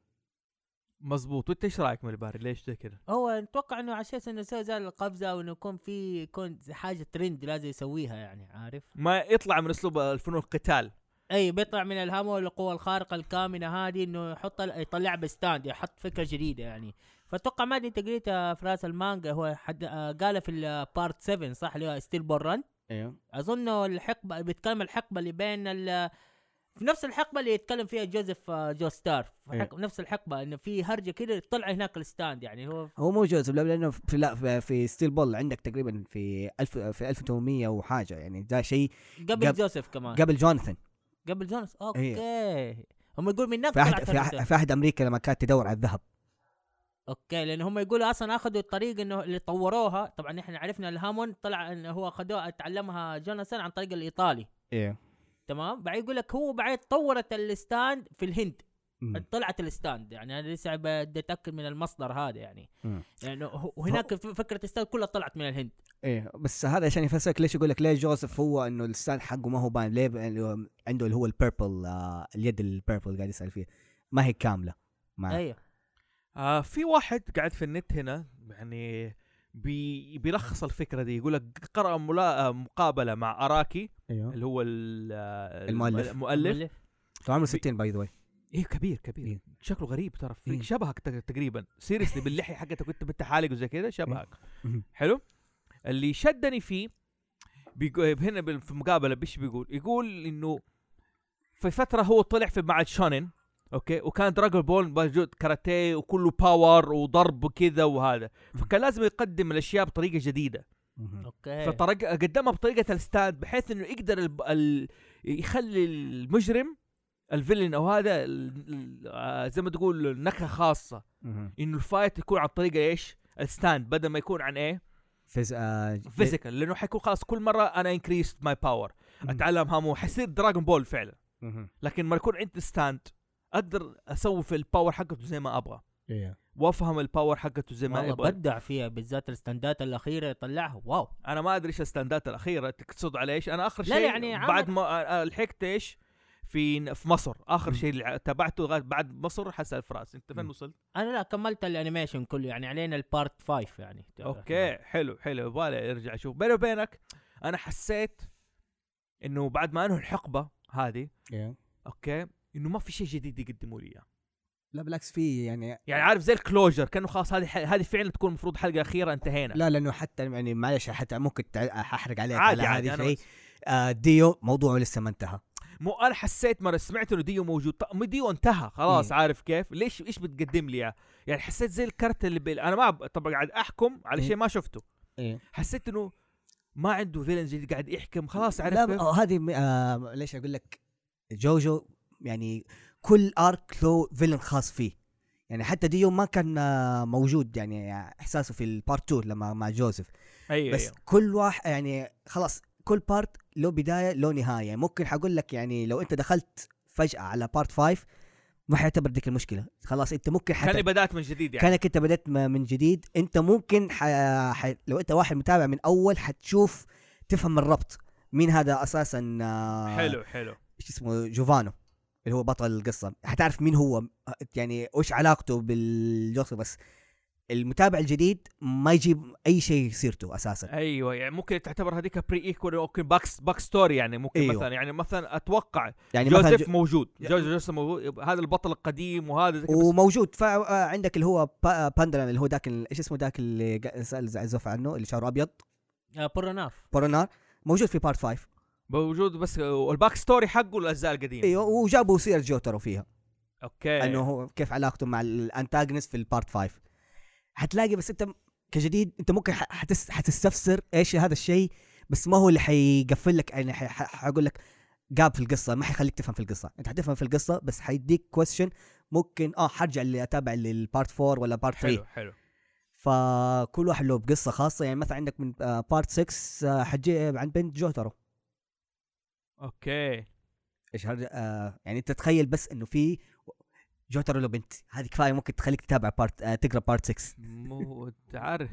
[SPEAKER 1] مزبوط وانت ايش رايك من الباري ليش زي كذا
[SPEAKER 3] هو نتوقع انه على اساس انه يسوي زي القفزه وانه يكون في يكون زي حاجه ترند لازم يسويها يعني عارف
[SPEAKER 1] ما يطلع من اسلوب الفنون القتال
[SPEAKER 3] اي بيطلع من الهامو القوه الخارقه الكامنه هذه انه يحط يطلعها بستاند يحط فكره جديده يعني فاتوقع ما ادري انت قريتها في راس المانجا هو حد آه، قالها في البارت 7 صح اللي هو ستيل بورن
[SPEAKER 2] ايوه
[SPEAKER 3] اظن الحقبه بيتكلم الحقبه اللي بين ال في نفس الحقبه اللي يتكلم فيها جوزيف آه، جو ستار في حق... نفس الحقبه انه في هرجه كده طلع هناك الستاند يعني هو
[SPEAKER 2] هو مو جوزف لانه في لا في, في ستيل بول عندك تقريبا في 1000 في 1800 وحاجه يعني ده شيء
[SPEAKER 3] قبل
[SPEAKER 2] قبل-
[SPEAKER 3] جوزيف كمان
[SPEAKER 2] قبل جوناثان
[SPEAKER 3] قبل جونس اوكي هم يقولوا من هناك
[SPEAKER 2] في
[SPEAKER 3] طلعت
[SPEAKER 2] احد في
[SPEAKER 3] الرسالة.
[SPEAKER 2] أحد- في احد امريكا لما كانت تدور على الذهب
[SPEAKER 3] اوكي لان هم يقولوا اصلا اخذوا الطريق انه اللي طوروها طبعا احنا عرفنا الهامون طلع انه هو اخذوها تعلمها جوناثان عن طريق الايطالي
[SPEAKER 2] ايوه
[SPEAKER 3] تمام بعد يقول لك هو بعد طورت الستاند في الهند طلعت الستاند يعني انا لسه بدي اتاكد من المصدر هذا يعني
[SPEAKER 2] مم.
[SPEAKER 3] يعني هو- هناك ف- فكره الستاند كلها طلعت من الهند
[SPEAKER 2] ايه بس هذا عشان يفسرك ليش يقول لك ليه جوزيف هو انه اللسان حقه ما هو باين ليه ب- اللي هو عنده اللي هو البيربل آه اليد البيربل قاعد يسال فيها ما هي كامله مع
[SPEAKER 3] ايوه
[SPEAKER 1] آه في واحد قاعد في النت هنا يعني بي بيلخص الفكره دي يقول لك قرأ ملا... آه، مقابله مع اراكي
[SPEAKER 2] ايوه
[SPEAKER 1] اللي هو ال- آه،
[SPEAKER 2] المؤلف.
[SPEAKER 1] المؤلف
[SPEAKER 2] طول عمره 60 باي ذا واي
[SPEAKER 1] ايه كبير كبير
[SPEAKER 2] إيه.
[SPEAKER 1] شكله غريب ترى
[SPEAKER 2] إيه.
[SPEAKER 1] في شبهك تق- تقريبا سيريسلي باللحيه حقتك كنت انت حالق وزي كذا شبهك
[SPEAKER 2] إيه. مهم.
[SPEAKER 1] حلو اللي شدني فيه بيقو... هنا بال- في المقابله بيش بيقول يقول انه في فتره هو طلع في مع شونن اوكي وكان دراجون بول موجود كاراتيه وكله باور وضرب وكذا وهذا فكان لازم يقدم الاشياء بطريقه جديده
[SPEAKER 3] اوكي
[SPEAKER 1] فطرق قدمها بطريقه الستاند بحيث انه يقدر الب... ال... يخلي المجرم الفيلن او هذا ال- ال- آه، زي ما تقول نكهه خاصه انه الفايت يكون عن طريق ايش؟ الستاند بدل ما يكون عن ايه؟
[SPEAKER 2] فيز آه،
[SPEAKER 1] فيزيكال لانه حيكون خلاص كل مره انا انكريست ماي باور
[SPEAKER 2] مم.
[SPEAKER 1] اتعلم هامو حيصير دراجون بول فعلا
[SPEAKER 2] إيه، مهم.
[SPEAKER 1] لكن ما يكون عندي ستاند اقدر اسوي في الباور حقته زي ما ابغى وافهم الباور حقته زي ما
[SPEAKER 3] والله
[SPEAKER 1] ابغى
[SPEAKER 3] بدع فيها بالذات الستاندات الاخيره يطلعها واو
[SPEAKER 1] انا ما ادري ايش الستاندات الاخيره تقصد على ايش انا اخر
[SPEAKER 3] لا،
[SPEAKER 1] شيء
[SPEAKER 3] يعني عمل-
[SPEAKER 1] بعد ما آه، آه، لحقت ايش في في مصر اخر
[SPEAKER 2] مم.
[SPEAKER 1] شيء اللي ع- تابعته لغاية بعد مصر حسأل فراس انت فين
[SPEAKER 2] مم.
[SPEAKER 1] وصلت
[SPEAKER 3] انا لا كملت الانيميشن كله يعني علينا البارت 5 يعني
[SPEAKER 1] اوكي حلو حلو يبغالي ارجع اشوف بيني وبينك انا حسيت انه بعد ما انهوا الحقبه هذه اوكي انه ما في شيء جديد يقدموا لي إياه.
[SPEAKER 2] لا بالعكس في يعني
[SPEAKER 1] يعني عارف زي الكلوجر كانه خلاص هذه ح- هذه فعلا تكون المفروض حلقه اخيره انتهينا
[SPEAKER 2] لا لانه حتى يعني معلش حتى ممكن تع- احرق عليك
[SPEAKER 1] عادي
[SPEAKER 2] على
[SPEAKER 1] عادي
[SPEAKER 2] هذا
[SPEAKER 1] انا
[SPEAKER 2] الشيء.
[SPEAKER 1] بس-
[SPEAKER 2] آه، ديو موضوعه لسه ما انتهى
[SPEAKER 1] مو انا حسيت مره سمعت انه ديو موجود طب ما ديو انتهى خلاص
[SPEAKER 2] إيه.
[SPEAKER 1] عارف كيف ليش ايش بتقدم لي إياه؟ يعني حسيت زي الكرت اللي بي... انا ما أب... طبعا قاعد احكم على
[SPEAKER 2] إيه.
[SPEAKER 1] شيء ما شفته
[SPEAKER 2] إيه.
[SPEAKER 1] حسيت انه ما عنده فيلن جديد قاعد يحكم خلاص عارف
[SPEAKER 2] لا
[SPEAKER 1] كيف؟
[SPEAKER 2] آه، هذه م- آه، ليش اقول لك جوجو يعني كل ارك له فيلن خاص فيه يعني حتى ديو ما كان آه، موجود يعني احساسه في البارت 2 لما مع جوزيف
[SPEAKER 1] ايوه
[SPEAKER 2] بس
[SPEAKER 1] أيوه.
[SPEAKER 2] كل واحد يعني خلاص كل بارت له بدايه له نهايه ممكن حقول لك يعني لو انت دخلت فجاه على بارت 5 ما حيعتبر ديك المشكله خلاص انت ممكن حت...
[SPEAKER 1] كاني بدات من جديد يعني
[SPEAKER 2] كانك انت بدات م- من جديد انت ممكن ح... ح... لو انت واحد متابع من اول حتشوف تفهم الربط مين هذا اساسا آه،
[SPEAKER 1] حلو حلو
[SPEAKER 2] ايش اسمه جوفانو اللي هو بطل القصه حتعرف مين هو يعني وش علاقته بالجوكسر بس المتابع الجديد ما يجيب اي شيء سيرته اساسا
[SPEAKER 1] ايوه يعني ممكن تعتبر هذيك بري ايكول ممكن باكس باك ستوري يعني ممكن
[SPEAKER 2] أيوه.
[SPEAKER 1] أيوه. مثلا يعني مثلا اتوقع
[SPEAKER 2] يعني مثلا
[SPEAKER 1] جوزيف
[SPEAKER 2] جو-
[SPEAKER 1] موجود جوزيف جوزيف موجود هذا البطل القديم وهذا زي كده. بس
[SPEAKER 2] وموجود فعندك اللي هو با- باندران اللي هو ذاك ال- ايش اسمه ذاك اللي قا- سأل زعزوف عنه اللي شعره ابيض
[SPEAKER 3] آه، بروناف
[SPEAKER 2] بورونار موجود في بارت 5
[SPEAKER 1] موجود بس والباك ستوري حقه الاجزاء القديمه
[SPEAKER 2] ايوه وجابوا سيره جوترو فيها
[SPEAKER 1] اوكي
[SPEAKER 2] انه هو كيف علاقته مع الانتاجنس في البارت 5 حتلاقي بس انت م- كجديد انت ممكن ح- حتس حتستفسر ايش هذا الشيء بس ما هو اللي حيقفل لك يعني حي- ح- حقول لك قاب في القصه ما حيخليك تفهم في القصه انت حتفهم في القصه بس حيديك كويشن ممكن اه حرجع اللي اتابع للبارت 4 ولا بارت 3
[SPEAKER 1] حلو حلو
[SPEAKER 2] فكل واحد له بقصه خاصه يعني مثلا عندك من بارت 6 آه، حتجي عن بنت جوترو
[SPEAKER 1] اوكي
[SPEAKER 2] ايش هذا آه يعني انت تخيل بس انه في جوترو له بنت هذه كفايه ممكن تخليك تتابع بارت آه تقرا بارت 6
[SPEAKER 1] مو تعرف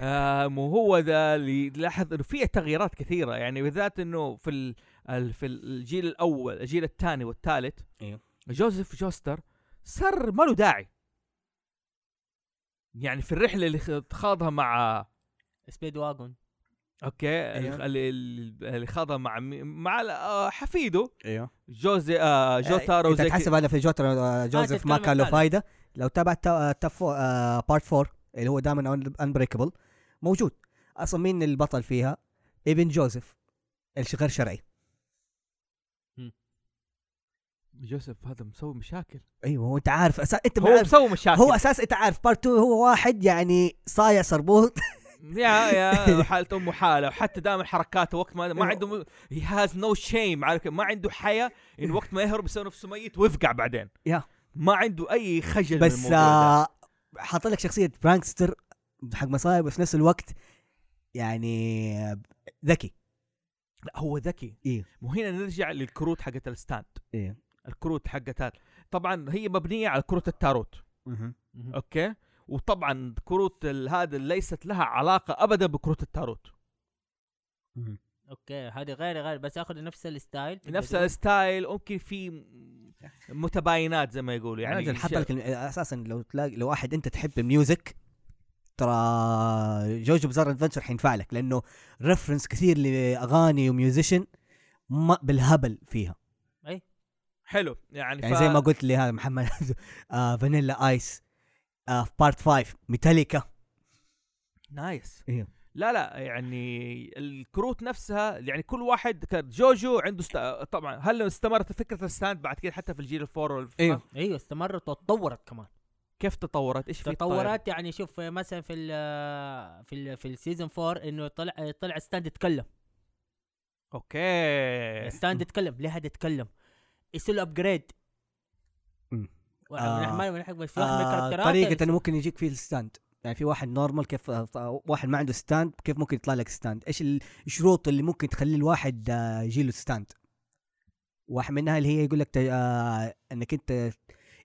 [SPEAKER 1] آه مو هو ذا اللي لاحظ انه فيه تغييرات كثيره يعني بالذات انه في ال... ال- في الجيل الاول الجيل الثاني والثالث
[SPEAKER 2] أيوه.
[SPEAKER 1] جوزيف جوستر صار ما له داعي يعني في الرحله اللي خ- خاضها مع
[SPEAKER 3] سبيد واجون
[SPEAKER 1] اوكي
[SPEAKER 2] أيوه.
[SPEAKER 1] اللي, اللي خاضها مع مي- مع ال- آه، حفيده
[SPEAKER 2] ايوه
[SPEAKER 1] جوزي آه جوتارو
[SPEAKER 2] انت
[SPEAKER 1] زي
[SPEAKER 2] إيه، تحسب انا في جوترو آه، جوزيف ما
[SPEAKER 3] تتكلم
[SPEAKER 2] كان له
[SPEAKER 3] الثالث.
[SPEAKER 2] فايده لو تابعت تا- تا- فو- آه بارت 4 اللي هو دائما انبريكبل موجود اصلا مين البطل فيها؟ ابن جوزيف الش- غير شرعي
[SPEAKER 1] جوزيف هذا مسوي مشاكل
[SPEAKER 2] ايوه هو انت عارف أسا... انت
[SPEAKER 1] هو
[SPEAKER 2] عارف
[SPEAKER 1] مسوي مشاكل
[SPEAKER 2] هو اساس انت عارف بارت 2 هو واحد يعني صايع صربوط
[SPEAKER 1] يا يا حالة امه حالة وحتى دائما حركاته وقت ما ما
[SPEAKER 2] أيوه.
[SPEAKER 1] عنده هي هاز نو شيم عارف كيف؟ ما عنده حياة ان وقت ما يهرب يسوي نفسه ميت ويفقع بعدين
[SPEAKER 2] يا.
[SPEAKER 1] ما عنده اي خجل من
[SPEAKER 2] بس
[SPEAKER 1] الموضوع ده.
[SPEAKER 2] آه حاط لك شخصيه برانكستر حق مصايب وفي نفس الوقت يعني آه، ذكي
[SPEAKER 1] لا هو ذكي
[SPEAKER 2] إيه.
[SPEAKER 1] وهنا نرجع للكروت حقت الستاند
[SPEAKER 2] ايه
[SPEAKER 1] الكروت حقتها طبعا هي مبنية على كروت التاروت اوكي وطبعا كروت ال- هذا ليست لها علاقة ابدا بكروت التاروت
[SPEAKER 3] اوكي هذه غير غير بس اخذ نفس الستايل
[SPEAKER 1] نفس الستايل ممكن في م- متباينات زي ما يقولوا
[SPEAKER 2] يعني
[SPEAKER 1] يعني
[SPEAKER 2] رجل حط
[SPEAKER 1] شيء-
[SPEAKER 2] لك الم- اساسا لو تلاقي لو واحد انت تحب الميوزك ترى جوجو بزار ادفنشر حينفع لك لانه ريفرنس كثير لاغاني وميوزيشن ما بالهبل فيها
[SPEAKER 1] حلو يعني,
[SPEAKER 2] يعني
[SPEAKER 1] ف-
[SPEAKER 2] زي ما قلت لهذا محمد آه فانيلا ايس آه في بارت 5 ميتاليكا
[SPEAKER 1] نايس
[SPEAKER 2] إيه.
[SPEAKER 1] لا لا يعني الكروت نفسها يعني كل واحد كان جوجو عنده است... طبعا هل استمرت فكره الستاند بعد كده حتى في الجيل الفور والف-
[SPEAKER 2] أيوه.
[SPEAKER 3] ايوه استمرت وتطورت كمان
[SPEAKER 1] كيف تطورت ايش في
[SPEAKER 2] طيب.
[SPEAKER 3] تطورات يعني شوف مثلا في ال في ال في السيزون 4 انه طلع طلع ستاند يتكلم
[SPEAKER 1] اوكي
[SPEAKER 2] إيه.
[SPEAKER 3] ستاند يتكلم ليه هذا يتكلم يصير له ابجريد
[SPEAKER 2] مم. آه.
[SPEAKER 3] ما ما نحب في واحد من
[SPEAKER 2] آه
[SPEAKER 3] الكاركترات
[SPEAKER 2] طريقة انه ممكن يجيك فيه الستاند يعني في واحد نورمال كيف آه، واحد ما عنده ستاند كيف ممكن يطلع لك ستاند ايش الشروط اللي ممكن تخلي الواحد آه، يجي له ستاند واحد منها اللي هي يقول لك ت- آه انك انت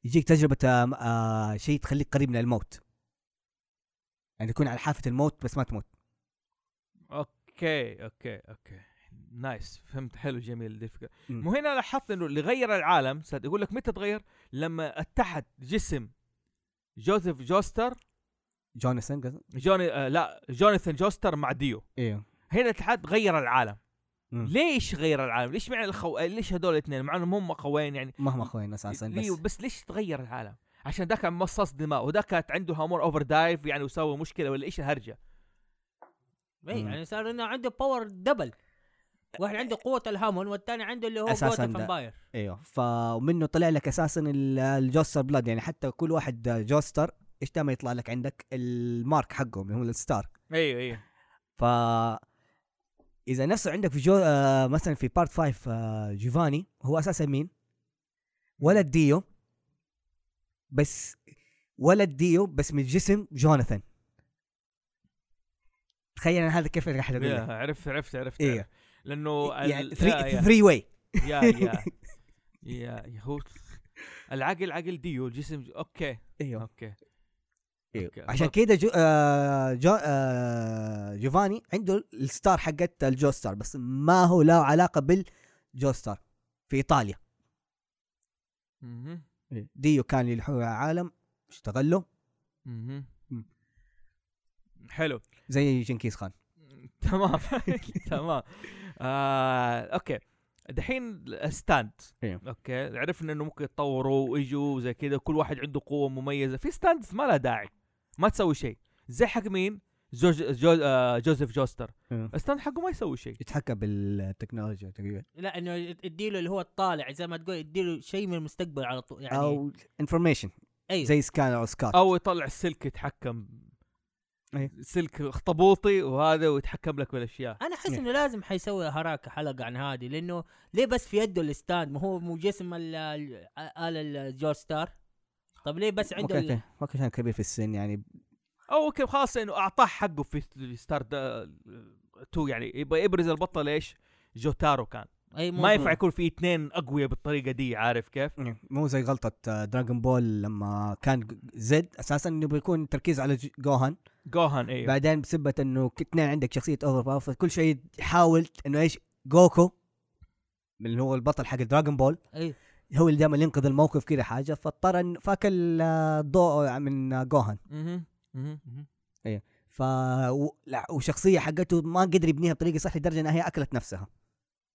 [SPEAKER 2] يجيك تجربة آه م- آه شيء تخليك قريب من الموت يعني تكون على حافة الموت بس ما تموت
[SPEAKER 1] اوكي اوكي اوكي نايس فهمت حلو جميل دي الفكره
[SPEAKER 2] مم.
[SPEAKER 1] مو هنا لاحظت انه اللي غير العالم صد يقول لك متى تغير لما اتحد جسم جوزيف جوستر
[SPEAKER 2] جونسون قصد
[SPEAKER 1] جوني آه لا جوناثان جوستر مع ديو
[SPEAKER 2] ايوه
[SPEAKER 1] هنا الاتحاد غير العالم
[SPEAKER 2] مم.
[SPEAKER 1] ليش غير العالم ليش معنى الخو... ليش هذول الاثنين مع انهم هم قويين يعني
[SPEAKER 2] مهما اخوين اساسا
[SPEAKER 1] ليه-
[SPEAKER 2] بس
[SPEAKER 1] بس ليش تغير العالم عشان ذاك كان مصاص دماء وذاك كانت عنده هامور اوفر دايف يعني وسوى مشكله ولا ايش الهرجه
[SPEAKER 3] إيه،
[SPEAKER 2] مم.
[SPEAKER 3] يعني صار انه عنده باور دبل واحد عنده قوة الهامون والثاني عنده اللي هو
[SPEAKER 2] أساساً
[SPEAKER 3] قوة
[SPEAKER 2] ده.
[SPEAKER 3] الفامباير
[SPEAKER 2] ايوه فمنه طلع لك اساسا ال- الجوستر بلاد يعني حتى كل واحد جوستر ايش دائما يطلع لك عندك المارك حقهم اللي هو الستار
[SPEAKER 1] ايوه ايوه
[SPEAKER 2] ف اذا نفسه عندك في جو آه مثلا في بارت 5 آه جيفاني هو اساسا مين؟ ولد ديو بس ولد ديو بس من جسم جوناثان تخيل أنا هذا كيف راح اقول لك
[SPEAKER 1] عرفت عرفت عرفت
[SPEAKER 2] ايه
[SPEAKER 1] لانه ال-
[SPEAKER 2] يعني
[SPEAKER 1] يا-
[SPEAKER 2] ثري
[SPEAKER 1] يا-
[SPEAKER 2] ثري واي
[SPEAKER 1] يا يا يا يا هو العقل عقل ديو الجسم اوكي
[SPEAKER 2] ايوه
[SPEAKER 1] اوكي
[SPEAKER 2] إيوه.
[SPEAKER 1] أوكي.
[SPEAKER 2] عشان كده جو... آه... جو... آه... جوفاني عنده الستار حقت الجوستار بس ما هو له علاقه بالجوستار في ايطاليا
[SPEAKER 1] مهم.
[SPEAKER 3] إيه.
[SPEAKER 2] ديو كان يلحق عالم اشتغل له
[SPEAKER 1] مهم.
[SPEAKER 2] مم.
[SPEAKER 1] حلو
[SPEAKER 2] زي جنكيز خان
[SPEAKER 1] تمام تمام آه، اوكي دحين ستاند
[SPEAKER 2] إيوه.
[SPEAKER 1] اوكي عرفنا انه ممكن يتطوروا ويجوا زي كذا كل واحد عنده قوه مميزه في ستاندز ما لها داعي ما تسوي شيء زي حق مين جوج جو آه جوزيف جوستر
[SPEAKER 2] إيوه.
[SPEAKER 1] الستاند حقه ما يسوي شيء
[SPEAKER 2] يتحكى بالتكنولوجيا تقريبا
[SPEAKER 3] لا انه اديله اللي هو الطالع زي ما تقول اديله شيء من المستقبل على طول يعني
[SPEAKER 2] او انفورميشن
[SPEAKER 3] ايوه
[SPEAKER 2] زي سكانر او سكات
[SPEAKER 1] او يطلع السلك يتحكم
[SPEAKER 2] إيه.
[SPEAKER 1] سلك اخطبوطي وهذا ويتحكم لك بالاشياء
[SPEAKER 3] انا احس
[SPEAKER 2] إيه.
[SPEAKER 3] انه لازم حيسوي هراك حلقه عن هذه لانه ليه بس في يده الستاند ما هو مو جسم ال ال- ال الجور ستار طب ليه بس عنده ال-
[SPEAKER 2] ما كان كبير في السن يعني
[SPEAKER 1] او اوكي خلاص انه اعطاه حقه في في ستار دا- 2 يعني يبغى يبرز البطل ايش جوتارو كان
[SPEAKER 3] اي
[SPEAKER 1] ما
[SPEAKER 3] موضوع.
[SPEAKER 1] ينفع يكون في اثنين اقوياء بالطريقه دي عارف كيف؟
[SPEAKER 3] إيه.
[SPEAKER 2] مو زي غلطه دراغون بول لما كان زد اساسا انه بيكون تركيز على ج- جوهان
[SPEAKER 1] جوهان ايوه
[SPEAKER 2] بعدين بسبة انه ك- اثنين عندك شخصيه اوفر باور فكل شيء حاول انه ايش جوكو اللي هو البطل حق دراغون بول
[SPEAKER 3] اي
[SPEAKER 2] هو اللي دائما ينقذ الموقف كذا حاجه فاضطر إن- فاك الضوء من آه، جوهان
[SPEAKER 1] مهم. مهم.
[SPEAKER 2] ف و- لا، وشخصيه حقته ما قدر يبنيها بطريقه صح لدرجه انها هي اكلت نفسها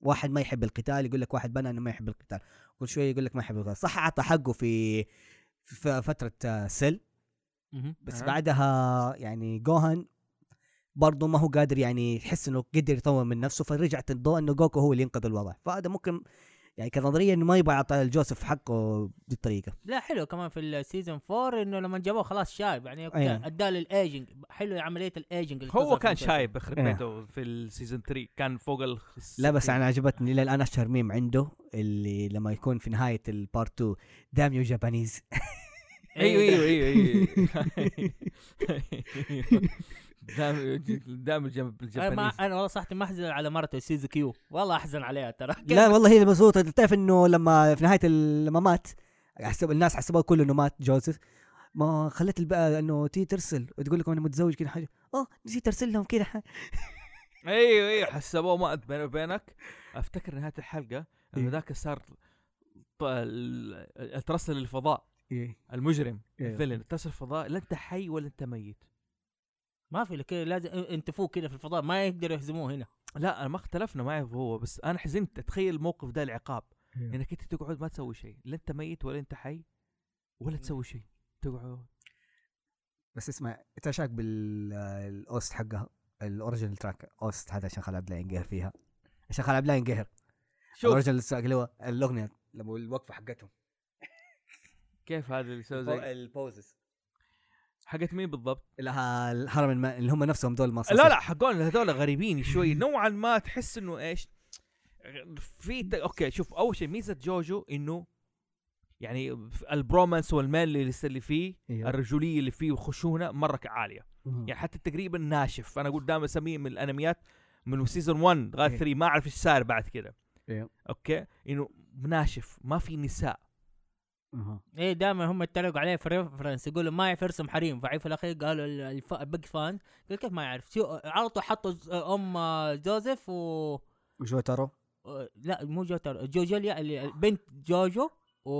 [SPEAKER 2] واحد ما يحب القتال يقول لك واحد بنى انه ما يحب القتال كل شويه يقول لك ما يحب القتال صح اعطى حقه في في فتره آه، سيل
[SPEAKER 3] مهم.
[SPEAKER 2] بس
[SPEAKER 1] أها.
[SPEAKER 2] بعدها يعني جوهان برضه ما هو قادر يعني يحس انه قدر يطور من نفسه فرجعت الضوء انه جوكو هو اللي ينقذ الوضع فهذا ممكن يعني كنظريه انه ما يبغى يعطي الجوزف حقه بالطريقه
[SPEAKER 3] لا حلو كمان في السيزون 4 انه لما جابوه خلاص شايب يعني
[SPEAKER 2] أيوة.
[SPEAKER 3] اداه للايجنج حلو عمليه الايجنج اللي
[SPEAKER 1] هو
[SPEAKER 3] تصير في
[SPEAKER 1] كان
[SPEAKER 3] المسلسل.
[SPEAKER 1] شايب يخرب بيته في السيزون 3 كان فوق ال
[SPEAKER 2] إيه. لا بس
[SPEAKER 1] 60.
[SPEAKER 2] انا عجبتني الى الان اشهر ميم عنده اللي لما يكون في نهايه البارت 2 داميو جابانيز
[SPEAKER 1] ايوه ايوه ايوه ايوه دام دام الجنب
[SPEAKER 3] انا ما
[SPEAKER 1] الجبانيز
[SPEAKER 3] انا والله صحتي ما احزن على مرته سيزوكيو والله احزن عليها ترى
[SPEAKER 2] لا والله هي مبسوطه تعرف انه لما في نهايه ال- لما مات حسب الناس حسبوه كله انه مات جوزيف ما خلت البقى انه تي ترسل وتقول لكم انا متزوج كذا حاجه اه نسيت ارسل لهم كذا حاجة.
[SPEAKER 1] ايوه ايوه حسبوه ما بيني وبينك افتكر نهايه الحلقه انه
[SPEAKER 2] إيه.
[SPEAKER 1] ذاك صار ط- ال- اترسل للفضاء المجرم
[SPEAKER 2] إيه.
[SPEAKER 1] الفيلن اترسل الفضاء لا انت حي ولا انت ميت
[SPEAKER 3] ما في كذا لازم ينتفوه كذا في الفضاء ما يقدروا يهزموه هنا
[SPEAKER 1] لا أنا ما اختلفنا معي هو بس انا حزنت اتخيل الموقف ده العقاب
[SPEAKER 2] إيه.
[SPEAKER 1] انك انت تقعد ما تسوي شيء لا انت ميت ولا انت حي ولا تسوي شيء تقعد
[SPEAKER 2] بس اسمع انت شاك بالاوست حقها الاوريجنال تراك اوست هذا عشان خالد لا ينقهر فيها عشان خالد لا ينقهر
[SPEAKER 1] شوف
[SPEAKER 2] الاوريجنال تراك اللي هو الاغنيه لما الوقفه حقتهم
[SPEAKER 1] كيف هذا اللي سوى
[SPEAKER 2] طيب.
[SPEAKER 1] زي
[SPEAKER 2] البوزز
[SPEAKER 1] حقت مين بالضبط
[SPEAKER 2] لها الهرم الم... اللي هم نفسهم دول ما
[SPEAKER 1] لا لا حقون هذول غريبين شوي نوعا ما تحس انه ايش في ت... اوكي شوف اول شيء ميزه جوجو انه يعني البرومانس والمال اللي اللي فيه
[SPEAKER 2] أيوه.
[SPEAKER 1] الرجوليه اللي فيه والخشونه مره عاليه يعني حتى تقريبا ناشف انا قدام اسميه من الانميات من سيزون 1 لغايه
[SPEAKER 2] إيه.
[SPEAKER 1] 3 ما اعرف ايش صار بعد كده
[SPEAKER 2] إيه.
[SPEAKER 1] اوكي انه ناشف ما في نساء
[SPEAKER 2] أها.
[SPEAKER 3] ايه دائما هم يتريقوا عليه في ريفرنس يقولوا ما يعرف يرسم حريم فعي في الاخير قالوا ال- الف- البيج فان قال كيف ما يعرف شو- على طول حطوا ز- ام جوزيف و
[SPEAKER 2] جوترو
[SPEAKER 3] و- لا مو جوتر جوجوليا اللي البنت جوجو و...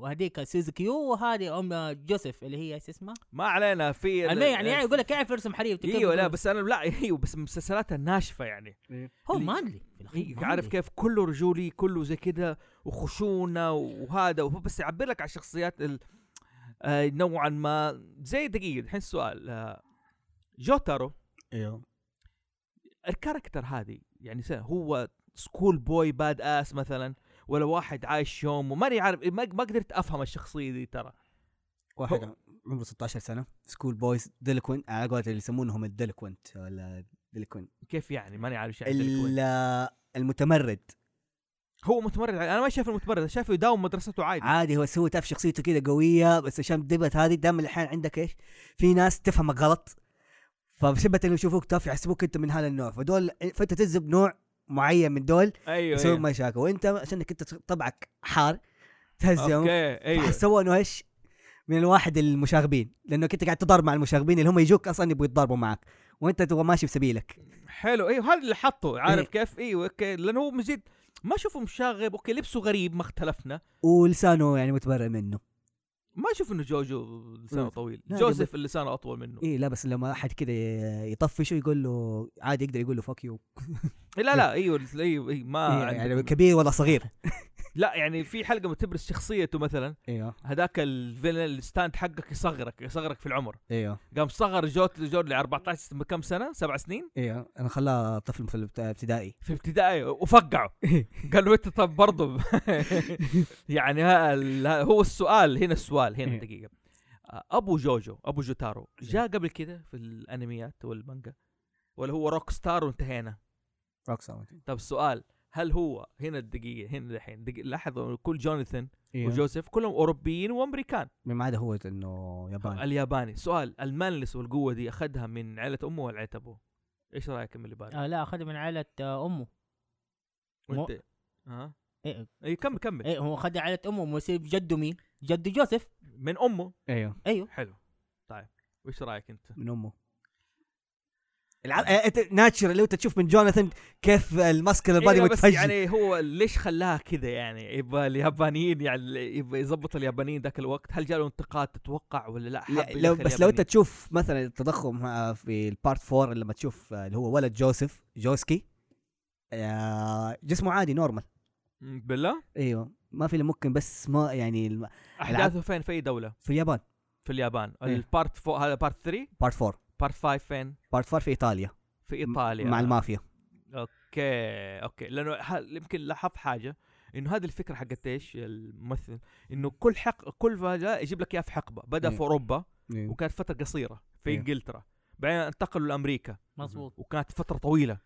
[SPEAKER 3] وهذيك سوزوكيو وهذه ام جوزيف اللي هي ايش اسمها؟
[SPEAKER 1] ما علينا في ال-
[SPEAKER 3] المهم يعني يعني
[SPEAKER 1] ال-
[SPEAKER 3] يقول لك يعرف يرسم حريم كيف
[SPEAKER 1] ايوه لا
[SPEAKER 3] يقول؟
[SPEAKER 1] بس انا لا ايوه بس مسلسلاتها ناشفه يعني
[SPEAKER 3] هو مانلي في
[SPEAKER 1] إيه،
[SPEAKER 3] الاخير
[SPEAKER 1] عارف
[SPEAKER 3] manly.
[SPEAKER 1] كيف كله رجولي كله زي كده وخشونه وهذا وهو بس يعبر لك عن الشخصيات ال- آه، نوعا ما زي دقيقه الحين سؤال آه، جوتارو
[SPEAKER 2] ايوه
[SPEAKER 1] الكاركتر هذه يعني س- هو سكول بوي باد اس مثلا ولا واحد عايش يوم وماني عارف ما ما قدرت افهم الشخصيه دي ترى
[SPEAKER 2] واحد عمره 16 سنه سكول بويز ديليكوينت على قولة اللي يسمونهم الديليكوينت ولا ديليكوينت
[SPEAKER 1] كيف يعني ماني عارف ايش يعني
[SPEAKER 2] ال- المتمرد
[SPEAKER 1] هو متمرد عادي. انا ما شايف المتمرد أنا شايفه يداوم مدرسته عادي
[SPEAKER 2] عادي هو سوى تعرف شخصيته كده قويه بس عشان دبت هذه دائما الحين عندك ايش في ناس تفهمك غلط فبسبة انه يشوفوك تف يحسبوك انت من هذا النوع فدول فانت تجذب نوع معين من دول
[SPEAKER 1] ايوه
[SPEAKER 2] يسوي مشاكل وانت عشانك انت طبعك حار تهزهم
[SPEAKER 1] اوكي ايوه
[SPEAKER 2] فحسوا انه ايش من الواحد المشاغبين لانك انت قاعد تضارب مع المشاغبين اللي هم يجوك اصلا يبغوا يتضاربوا معك وانت تبغى ماشي في سبيلك
[SPEAKER 1] حلو ايوه هذا اللي حطه عارف
[SPEAKER 2] إيه.
[SPEAKER 1] كيف ايوه اوكي لانه هو من جد ما اشوفه مشاغب اوكي لبسه غريب ما اختلفنا
[SPEAKER 2] ولسانه يعني متبرئ منه
[SPEAKER 1] ما اشوف انه جوجو لسانه
[SPEAKER 2] مم.
[SPEAKER 1] طويل
[SPEAKER 2] لا، إيه.
[SPEAKER 1] جوزيف لسانه اطول منه
[SPEAKER 2] اي لا بس لما احد كده يطفشه يقول له عادي يقدر يقول له فوك يو
[SPEAKER 1] لا لا ايوه ايوه إيه، ما
[SPEAKER 2] يعني
[SPEAKER 1] عندك-
[SPEAKER 2] كبير ولا صغير
[SPEAKER 1] لا يعني في حلقه ما تبرز شخصيته مثلا
[SPEAKER 2] ايوه
[SPEAKER 1] هذاك الفيلن الستاند حقك يصغرك يصغرك في العمر
[SPEAKER 2] ايوه
[SPEAKER 1] قام صغر جوت جوت ل 14 م- كم سنه سبع سنين
[SPEAKER 2] ايوه انا خلاه طفل في الابت- ابتدائي
[SPEAKER 1] في ابتدائي وفقعه قال له انت طب برضه يعني ها ال- ها- هو السؤال هنا السؤال هنا
[SPEAKER 2] إيه.
[SPEAKER 1] دقيقه ابو جوجو ابو جوتارو جاء قبل كده في الانميات والمانجا ولا هو روك ستار وانتهينا
[SPEAKER 2] روك ساوند
[SPEAKER 1] طب السؤال هل هو هنا الدقيقه هنا الحين دقيقة- لاحظوا كل جوناثان
[SPEAKER 2] إيه.
[SPEAKER 1] وجوزيف كلهم اوروبيين وامريكان
[SPEAKER 2] ما عدا هو انه ياباني
[SPEAKER 1] الياباني سؤال المانلس والقوه دي اخذها من عيله امه ولا عيله ابوه؟ ايش رايك من اللي بالي؟
[SPEAKER 3] آه لا اخذها من عائله آه امه مو-
[SPEAKER 1] وانت ها؟
[SPEAKER 3] إيه.
[SPEAKER 1] اي كمل كمل
[SPEAKER 3] ايه هو اخذها عائله امه ومصيب جده مين؟ جده جوزيف
[SPEAKER 1] من امه
[SPEAKER 2] ايوه
[SPEAKER 3] ايوه
[SPEAKER 1] حلو طيب وايش رايك انت؟
[SPEAKER 2] من امه العب آه، انت ناتشر اللي انت تشوف من جوناثان كيف الماسك البادي
[SPEAKER 1] إيه بس
[SPEAKER 2] متفجر
[SPEAKER 1] يعني هو ليش خلاها كذا يعني يبغى اليابانيين يعني يبغى يظبط اليابانيين ذاك الوقت هل جاله انتقاد تتوقع ولا لا حب
[SPEAKER 2] لا،
[SPEAKER 1] يدخل
[SPEAKER 2] لو بس لو انت
[SPEAKER 1] اليابانيين؟
[SPEAKER 2] تشوف مثلا التضخم آه، في البارت 4 لما تشوف آه، اللي هو ولد جوزيف جوسكي آه، جسمه عادي نورمال
[SPEAKER 1] مم، بالله
[SPEAKER 2] ايوه ما في الا ممكن بس ما يعني الم-
[SPEAKER 1] احداثه فين في اي دوله
[SPEAKER 2] في اليابان
[SPEAKER 1] في اليابان
[SPEAKER 2] إيه.
[SPEAKER 1] البارت فو هذا بارت 3
[SPEAKER 2] بارت 4
[SPEAKER 1] بارت 5 فين
[SPEAKER 2] بارت 4 في ايطاليا
[SPEAKER 1] في ايطاليا
[SPEAKER 2] مع المافيا
[SPEAKER 1] اوكي اوكي لانه ح- يمكن لاحظت حاجه انه هذه الفكره حقت ايش الممثل انه كل حق كل فجاه يجيب لك اياها في حقبه بدا
[SPEAKER 2] إيه.
[SPEAKER 1] في اوروبا
[SPEAKER 2] ايوه
[SPEAKER 1] وكانت فتره قصيره في
[SPEAKER 2] إيه.
[SPEAKER 1] انجلترا بعدين انتقلوا لامريكا
[SPEAKER 3] مظبوط
[SPEAKER 1] وكانت فتره طويله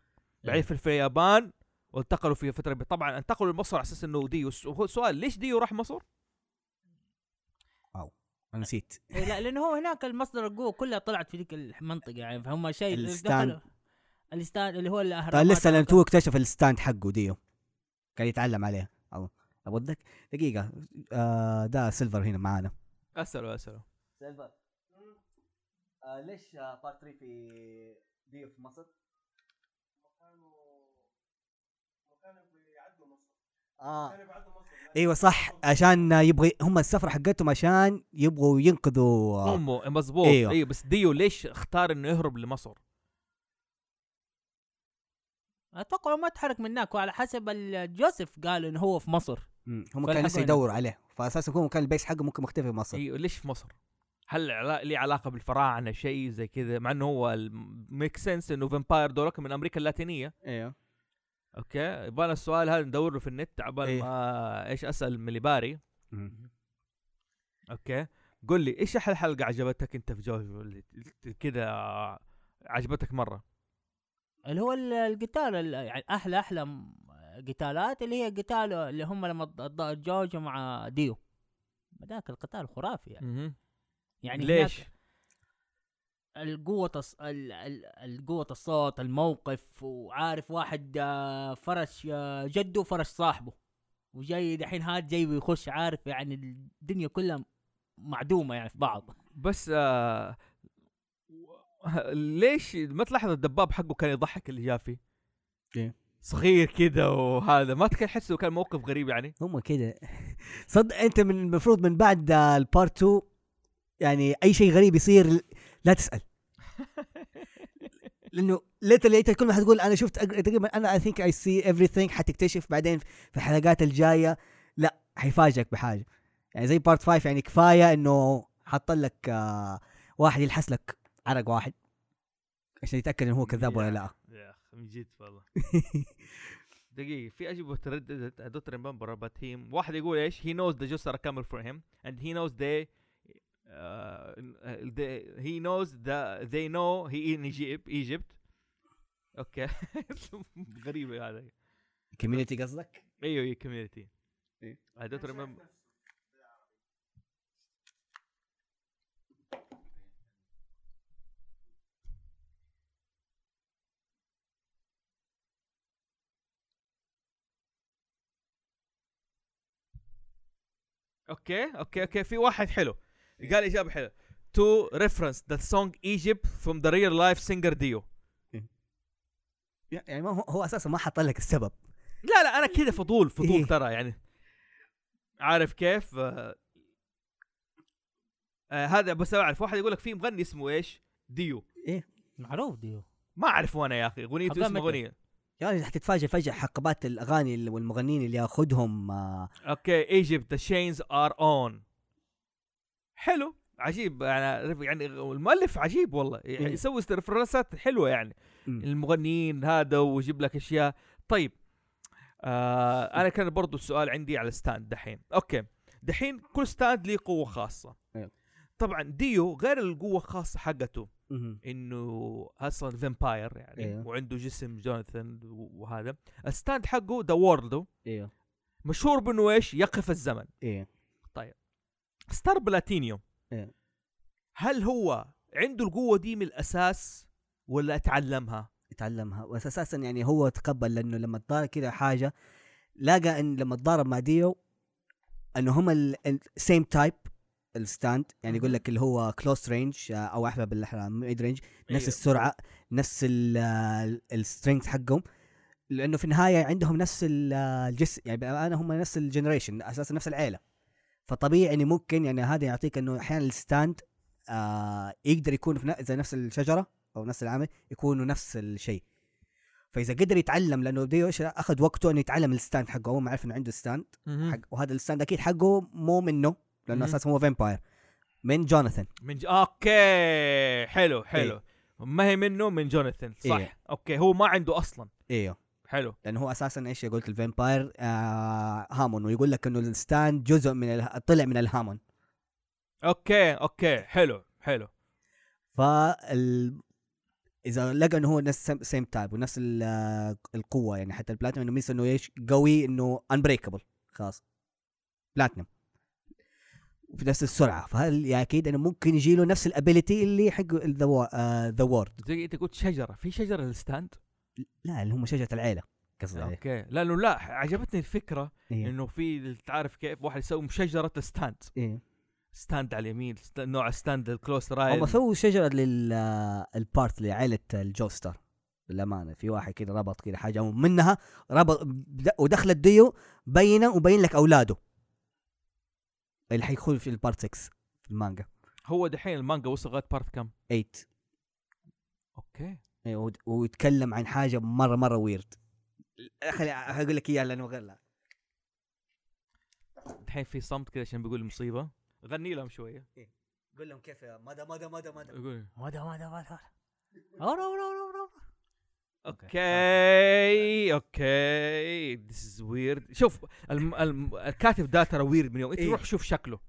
[SPEAKER 1] بعدين في في اليابان وانتقلوا في فتره طبعا انتقلوا لمصر على اساس انه ديو س- هو سؤال ليش ديو راح مصر؟
[SPEAKER 2] أنا نسيت
[SPEAKER 3] إيه لا لانه هو هناك المصدر القوه كلها طلعت في ذيك المنطقه يعني فهم شيء
[SPEAKER 2] الستان.
[SPEAKER 3] دخلوا- الستان اللي هو
[SPEAKER 2] طيب
[SPEAKER 3] الاهرامات
[SPEAKER 2] لسه لان تو اكتشف الستاند حقه ديو كان يتعلم عليه او اودك دقيقه آه ده سيلفر هنا معانا
[SPEAKER 1] اساله اساله
[SPEAKER 2] سيلفر آه ليش آه بارت 3 في ديو في مصر؟ اه ايوه صح عشان يبغى هم السفره حقتهم عشان يبغوا ينقذوا آه،
[SPEAKER 1] امه مزبوط
[SPEAKER 2] أيوه.
[SPEAKER 1] ايوه أيوه بس ديو ليش اختار انه يهرب لمصر؟
[SPEAKER 3] اتوقع ما تحرك من هناك وعلى حسب ال- جوزيف قال انه هو في مصر
[SPEAKER 2] مم، هم
[SPEAKER 3] فالحق
[SPEAKER 2] كانوا لسه
[SPEAKER 3] هنا.
[SPEAKER 2] يدوروا عليه فاساسا هو كان البيس حقه ممكن مختفي في مصر
[SPEAKER 1] ايوه ليش في مصر؟ هل علا- ليه علاقه بالفراعنه شيء زي كذا مع انه هو ميك سنس انه فامباير دولك من امريكا اللاتينيه
[SPEAKER 2] ايوه
[SPEAKER 1] اوكي يبغى السؤال هذا ندور له في النت عبال
[SPEAKER 2] إيه.
[SPEAKER 1] ما ايش اسال مليباري اوكي قل لي ايش احلى حلقه عجبتك انت في جوجو اللي كذا عجبتك مره
[SPEAKER 3] اللي هو ال- القتال ال- يعني احلى احلى م- قتالات اللي هي قتال اللي هم لما ض- ض- جوجو مع ديو ذاك القتال خرافي يعني
[SPEAKER 1] مهم.
[SPEAKER 3] يعني
[SPEAKER 1] ليش؟
[SPEAKER 3] هناك القوة الص... ال... ال... القوة الصوت الموقف وعارف واحد آه، فرش آه، جده وفرش صاحبه وجاي دحين هاد جاي ويخش عارف يعني الدنيا كلها معدومة يعني في بعض
[SPEAKER 1] بس آه و- ليش ما تلاحظ الدباب حقه كان يضحك اللي جاء فيه؟
[SPEAKER 2] إيه.
[SPEAKER 1] صغير كذا وهذا ما تكن حسه كان موقف غريب يعني
[SPEAKER 2] هم كده صدق انت من المفروض من بعد البارت 2 يعني اي شيء غريب يصير لا تسال لانه ليتر ليتر كل ما حتقول انا شفت أق- تقريبا انا اي ثينك اي سي everything حتكتشف بعدين في الحلقات الجايه لا حيفاجئك بحاجه يعني زي بارت 5 يعني كفايه انه حط لك آه، واحد يلحس لك عرق واحد عشان يتاكد انه هو كذاب ولا لا
[SPEAKER 1] يا اخي من جد والله دقيقة في أجوبة ترددت I don't remember but he واحد يقول ايش he knows the juice are coming for him and he knows they uh, they he knows the they know he in Egypt Egypt اوكي غريبة هذا
[SPEAKER 2] كوميونتي قصدك؟
[SPEAKER 1] ايوه ايوه كوميونتي
[SPEAKER 2] إيه.
[SPEAKER 1] I don't remember اوكي اوكي اوكي في واحد حلو قال اجابه حلوه to reference the song Egypt from the real life singer Dio
[SPEAKER 2] يعني ما هو هو اساسا ما حط لك السبب
[SPEAKER 1] لا لا انا كذا فضول فضول
[SPEAKER 2] إيه.
[SPEAKER 1] ترى يعني عارف كيف آه آه هذا بس اعرف واحد يقول لك في مغني اسمه ايش ديو
[SPEAKER 3] معروف ديو
[SPEAKER 1] ما اعرفه انا يا اخي اغنيته
[SPEAKER 3] حقا
[SPEAKER 1] اسمه
[SPEAKER 3] متى؟
[SPEAKER 1] اغنيه
[SPEAKER 2] يا رجل يعني حتتفاجئ فجأة حقبات الأغاني ال- والمغنيين اللي ياخذهم آه،
[SPEAKER 1] اوكي ايجيبت ذا شينز ار اون حلو عجيب يعني يعني المؤلف عجيب والله يعني
[SPEAKER 2] إيه.
[SPEAKER 1] يسوي ريفرنسات حلوه يعني
[SPEAKER 2] مم.
[SPEAKER 1] المغنيين هذا ويجيب لك اشياء طيب آه انا كان برضو السؤال عندي على ستاند دحين اوكي دحين كل ستاند له قوه خاصه
[SPEAKER 2] أيوة.
[SPEAKER 1] طبعا ديو غير القوه الخاصه حقته
[SPEAKER 2] مهم.
[SPEAKER 1] انه اصلا فامباير يعني
[SPEAKER 2] أيوة.
[SPEAKER 1] وعنده جسم جوناثان وهذا الستاند حقه ذا وورلدو
[SPEAKER 2] ايوه
[SPEAKER 1] مشهور بانه ايش يقف الزمن طيب،
[SPEAKER 2] ايوه
[SPEAKER 1] ستار بلاتينيوم
[SPEAKER 2] إيه.
[SPEAKER 1] هل هو عنده القوه دي من الاساس ولا اتعلمها
[SPEAKER 2] يتعلمها بس أساسا يعني هو تقبل لأنه لما تضارب كذا حاجة لقى إن لما تضارب مع ديو إنه هم السيم تايب الستاند يعني يقول لك اللي هو كلوز رينج أو أحلى بالأحرى ميد رينج نفس
[SPEAKER 1] أيوة.
[SPEAKER 2] السرعة نفس السترينث حقهم لأنه في النهاية عندهم نفس ال- الجس يعني أنا هم نفس الجنريشن أساسا نفس العيلة فطبيعي يعني ممكن يعني هذا يعطيك انه احيانا الستاند آه يقدر يكون في ن- اذا نفس الشجره او نفس العامل يكونوا نفس الشيء فاذا قدر يتعلم لانه ديو إيش اخذ وقته انه يتعلم الستاند حقه هو ما عرف انه عنده ستاند حق وهذا الستاند اكيد حقه مو منه لانه
[SPEAKER 1] مم.
[SPEAKER 2] اساسا هو فامباير من جوناثان
[SPEAKER 1] من ج... اوكي حلو حلو ما هي منه من جوناثان صح
[SPEAKER 2] إيه.
[SPEAKER 1] اوكي هو ما عنده اصلا
[SPEAKER 2] ايوه
[SPEAKER 1] حلو
[SPEAKER 2] لانه هو اساسا ايش قلت الفامباير آه هامون ويقول لك انه الستاند جزء من اله... طلع من الهامون
[SPEAKER 1] اوكي اوكي حلو حلو
[SPEAKER 2] فال اذا لقى انه هو نفس سيم تايب ونفس ال- القوه يعني حتى البلاتنم انه ميزه انه ايش قوي انه انبريكبل خلاص بلاتنم وفي نفس السرعه فهل يعني اكيد انه ممكن يجي له نفس الابيلتي اللي حق ذا ذا وورد
[SPEAKER 1] زي انت قلت شجره في شجره للستاند
[SPEAKER 2] لا اللي هم شجره العيله قصدي عليه.
[SPEAKER 1] اوكي لانه لا عجبتني الفكره
[SPEAKER 2] إيه.
[SPEAKER 1] انه في تعرف كيف واحد يسوي شجره ستاند
[SPEAKER 2] إيه.
[SPEAKER 1] ستاند على اليمين ست- نوع ستاند الكلوس
[SPEAKER 2] هم
[SPEAKER 1] رايل
[SPEAKER 2] سووا شجره للبارت لعائله الجوستر للامانه في واحد كده ربط كده حاجه ومنها ربط بد- ودخلت ديو بينه وبين لك اولاده اللي حيدخل في البارت 6 في المانجا
[SPEAKER 1] هو دحين المانجا وصل لغايه بارت كم
[SPEAKER 2] 8
[SPEAKER 1] اوكي
[SPEAKER 2] إيه، وت- ويتكلم عن حاجه مره مره ويرد خلي اقول لك اياها لانه غير لا
[SPEAKER 1] دحين في صمت كذا عشان بيقول مصيبه غني لهم شويه
[SPEAKER 2] قول لهم كيف مدى مدى مدى مدى
[SPEAKER 1] يقول
[SPEAKER 3] ماذا ماذا ماذا ورا ورا ورا ورا
[SPEAKER 1] اوكي اوكي ذس از ويرد شوف الم... الم... الكاتب ده ترى ويرد من يوم انت
[SPEAKER 2] إيه.
[SPEAKER 1] روح شوف شكله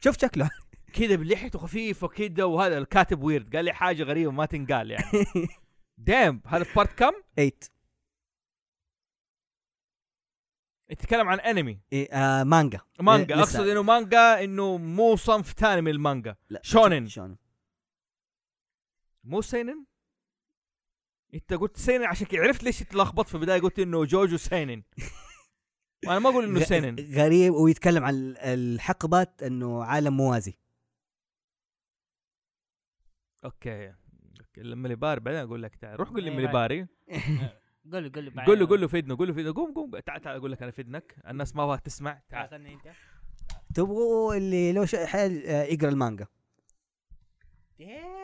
[SPEAKER 2] شوف شكله
[SPEAKER 1] كذا بلحيته خفيفه كذا وهذا الكاتب ويرد قال لي حاجه غريبه ما تنقال يعني دام هذا في بارت كم
[SPEAKER 2] 8
[SPEAKER 1] يتكلم عن انمي
[SPEAKER 2] إيه آه مانجا
[SPEAKER 1] مانجا
[SPEAKER 2] لسه.
[SPEAKER 1] اقصد انه مانجا انه مو صنف ثاني من المانجا
[SPEAKER 2] لا،
[SPEAKER 1] شونن.
[SPEAKER 2] شونن
[SPEAKER 1] مو سينن انت قلت سينن عشان كذا عرفت ليش اتلخبطت في البدايه قلت انه جوجو سينن وانا ما اقول انه
[SPEAKER 2] غ-
[SPEAKER 1] سينن
[SPEAKER 2] غريب ويتكلم عن ال- الحقبات انه عالم موازي
[SPEAKER 1] اوكي أوكي، لما لباري بعدين اقول لك تعال روح قول لي
[SPEAKER 3] إيه،
[SPEAKER 1] لما لباري
[SPEAKER 3] قول له قول له بعد-
[SPEAKER 1] قول له قول له في اذنه قول له في اذنه قوم قوم تعال تعال اقول لك انا في اذنك الناس ما ابغاك تسمع تعال
[SPEAKER 3] تعال انت
[SPEAKER 2] تبغوا اللي لو شيء حيل آه، يقرا المانجا
[SPEAKER 3] ديم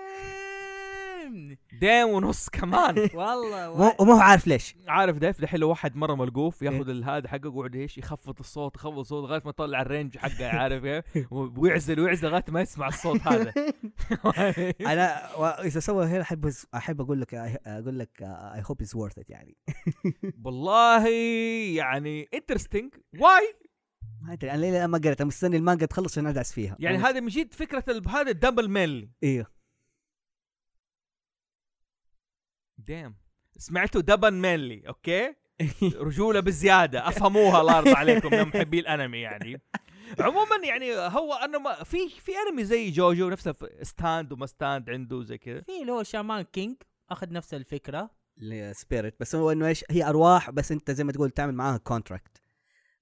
[SPEAKER 1] دايم ونص كمان
[SPEAKER 3] والله
[SPEAKER 2] مو-
[SPEAKER 3] واحد-
[SPEAKER 2] وما هو عارف ليش
[SPEAKER 1] عارف دايف دحين لو واحد مره
[SPEAKER 3] إيه.
[SPEAKER 1] ملقوف ياخذ الهذا حقه يقعد ايش يخفض الصوت يخفض الصوت لغايه ما يطلع الرينج حقه عارف كيف ويعزل ويعزل لغايه ما يسمع الصوت هذا
[SPEAKER 2] انا و- اذا سوى هنا احب احب اقول لك اقول لك آه، اي هوب از worth it يعني
[SPEAKER 1] والله يعني انترستنج واي
[SPEAKER 2] ما ادري انا ليه الان ما قريت انا مستني المانجا تخلص عشان ادعس فيها
[SPEAKER 1] يعني
[SPEAKER 2] أنا-
[SPEAKER 1] هذا من جد فكره ال- هذا الدبل ميل
[SPEAKER 2] ايوه
[SPEAKER 1] دام سمعتوا دبل ميلي اوكي رجوله بزياده افهموها الله يرضى عليكم يا محبي الانمي يعني عموما يعني هو انا ما في في انمي زي جوجو نفسه ستاند وما ستاند عنده زي كذا
[SPEAKER 3] في اللي هو شامان كينج اخذ نفس الفكره
[SPEAKER 2] السبيريت بس هو انه ايش هي ارواح بس انت زي ما تقول تعمل معاها كونتراكت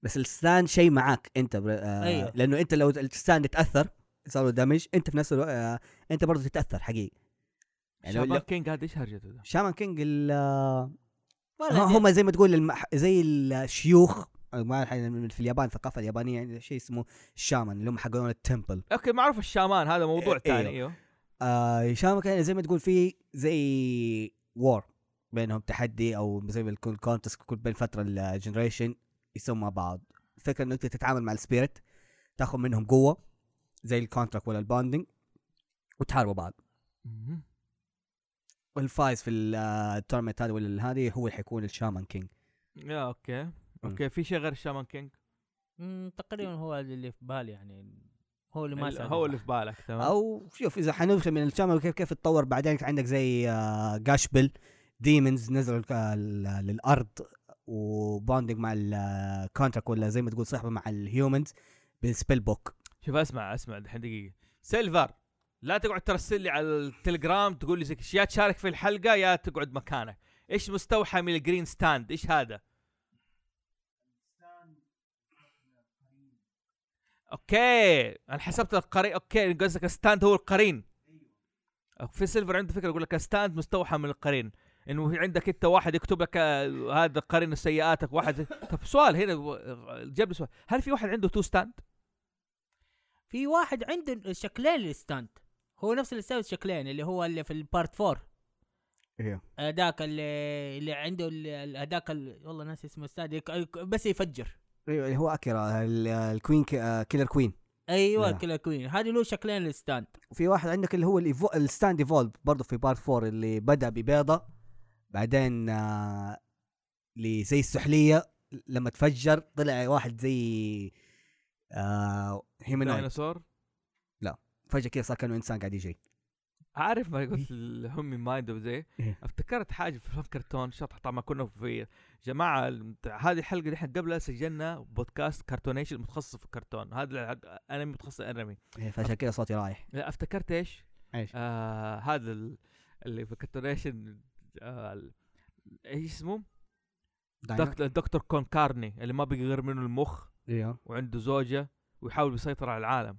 [SPEAKER 2] بس الستان شيء معاك انت بر... آه
[SPEAKER 3] أيوه.
[SPEAKER 2] لانه انت لو الستان اتاثر صار له دمج انت في نفس الوقت آه انت برضه تتاثر حقيقي يعني
[SPEAKER 1] شابان
[SPEAKER 2] لو-
[SPEAKER 1] كينج هذا ايش هرجته ده؟
[SPEAKER 2] شامان كينج ال- آه،
[SPEAKER 3] ولا ديم.
[SPEAKER 2] هم زي ما تقول المح... زي الشيوخ أو ما أعرف يعني في اليابان الثقافه اليابانيه يعني شيء اسمه الشامان اللي هم حقون التمبل
[SPEAKER 1] اوكي معروف الشامان هذا موضوع
[SPEAKER 2] إيه،
[SPEAKER 1] ثاني
[SPEAKER 2] إيوه.
[SPEAKER 1] ايوه
[SPEAKER 2] آه شامان كان زي ما تقول في زي وور بينهم تحدي او زي ما يكون كونتست كل بين فتره الجنريشن يسووا مع بعض الفكره انك أنت تتعامل مع السبيريت تاخذ منهم قوه زي الكونتراكت ولا البوندنج وتحاربوا بعض
[SPEAKER 1] مهم.
[SPEAKER 2] والفايز في ال- آه، التورنمنت هذا ولا هذه هو اللي حيكون الشامان كينج
[SPEAKER 1] يا اوكي اوكي في شيء غير الشامان كينج
[SPEAKER 3] مم، تقريبا هو اللي في بالي يعني هو اللي ما
[SPEAKER 1] إيه. ال-
[SPEAKER 3] سأل.
[SPEAKER 1] هو اللي في بالك تمام
[SPEAKER 2] او شوف اذا حندخل من الشامان كيف كيف تطور بعدين عندك زي جاشبل ديمونز نزلوا الك- ال- للارض وبوندنج مع الكونتراك ولا زي ما تقول صحبه مع الهيومنز بالسبيل بوك
[SPEAKER 1] شوف اسمع اسمع دحين دقيقه سيلفر لا تقعد ترسل لي على التليجرام تقول لي زي كذا، يا تشارك في الحلقه يا تقعد مكانك ايش مستوحى من الجرين ستاند ايش هذا اوكي انا حسبت القرين اوكي قصدك الستاند هو القرين في سيلفر عنده فكره يقول لك الستاند مستوحى من القرين انه في عندك انت واحد يكتب لك آه، هذا قرين سيئاتك واحد طب سؤال هنا آه، جاب لي سؤال هل في واحد عنده تو ستاند
[SPEAKER 3] في واحد عنده شكلين للستاند هو نفس اللي سوى شكلين اللي هو اللي في البارت 4
[SPEAKER 1] إيه.
[SPEAKER 2] ايوه
[SPEAKER 3] هذاك اللي اللي عنده ال- هذاك ال- والله ناسي اسمه استاذ يك- بس يفجر
[SPEAKER 2] ايوه اللي هو اكيرا ال- الكوين ك- آه، كيلر كوين
[SPEAKER 3] ايوه
[SPEAKER 2] لا.
[SPEAKER 3] كلا كوين هذه له شكلين للستاند
[SPEAKER 2] وفي واحد عندك اللي هو الإيفو- الستاند ايفولف برضه في بارت 4 اللي بدا ببيضه بعدين آه، اللي زي السحليه لما تفجر طلع واحد زي آه هيمانويد
[SPEAKER 1] ديناصور
[SPEAKER 2] فجاه كذا صار كانه انسان قاعد يجري
[SPEAKER 1] عارف ما قلت الهمي مايند وزي
[SPEAKER 2] إيه.
[SPEAKER 1] افتكرت حاجه في فيلم كرتون شطح طبعا كنا في جماعه البتاع- هذه الحلقه دحين قبلها سجلنا بودكاست كرتونيشن متخصص في الكرتون هذا انا متخصص انمي
[SPEAKER 2] إيه، فعشان كذا صوتي رايح
[SPEAKER 1] لا، افتكرت ايش؟
[SPEAKER 2] ايش؟
[SPEAKER 1] آه هذا ال- اللي في كرتونيشن آه ال- ايش اسمه؟ دكتور, دكتور كونكارني اللي ما بقي غير منه المخ
[SPEAKER 2] ايوه
[SPEAKER 1] وعنده زوجه ويحاول يسيطر على العالم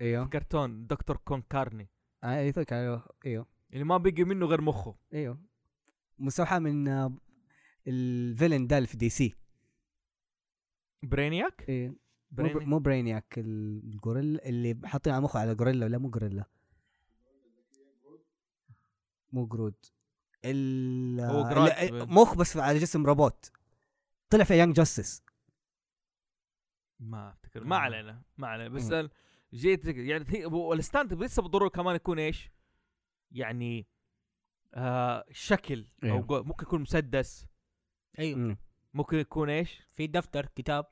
[SPEAKER 2] ايوه
[SPEAKER 1] كرتون دكتور كونكارني
[SPEAKER 2] ايوه ايوه
[SPEAKER 1] اللي ما بقي منه غير مخه
[SPEAKER 2] ايوه مستوحى من آه، الفيلن ده اللي في دي سي
[SPEAKER 1] برينياك؟
[SPEAKER 2] ايوه مو بر-
[SPEAKER 1] برينياك
[SPEAKER 2] مو برينياك الجوريلا اللي حاطين على مخه على جوريلا ولا مو جوريلا مو جرود ال
[SPEAKER 1] هو
[SPEAKER 2] آه،
[SPEAKER 1] جراد.
[SPEAKER 2] لا، مخ بس على جسم روبوت طلع في يانج جاستس
[SPEAKER 1] ما افتكر ما
[SPEAKER 2] آه.
[SPEAKER 1] علينا ما علينا بس
[SPEAKER 2] مم.
[SPEAKER 1] أنا جيت يعني هي والستاند لسه بالضروره كمان يكون ايش؟ يعني آه شكل او
[SPEAKER 2] أيوه.
[SPEAKER 1] جو- ممكن يكون مسدس إيه.
[SPEAKER 3] ايوه
[SPEAKER 1] ممكن يكون ايش؟
[SPEAKER 3] في دفتر كتاب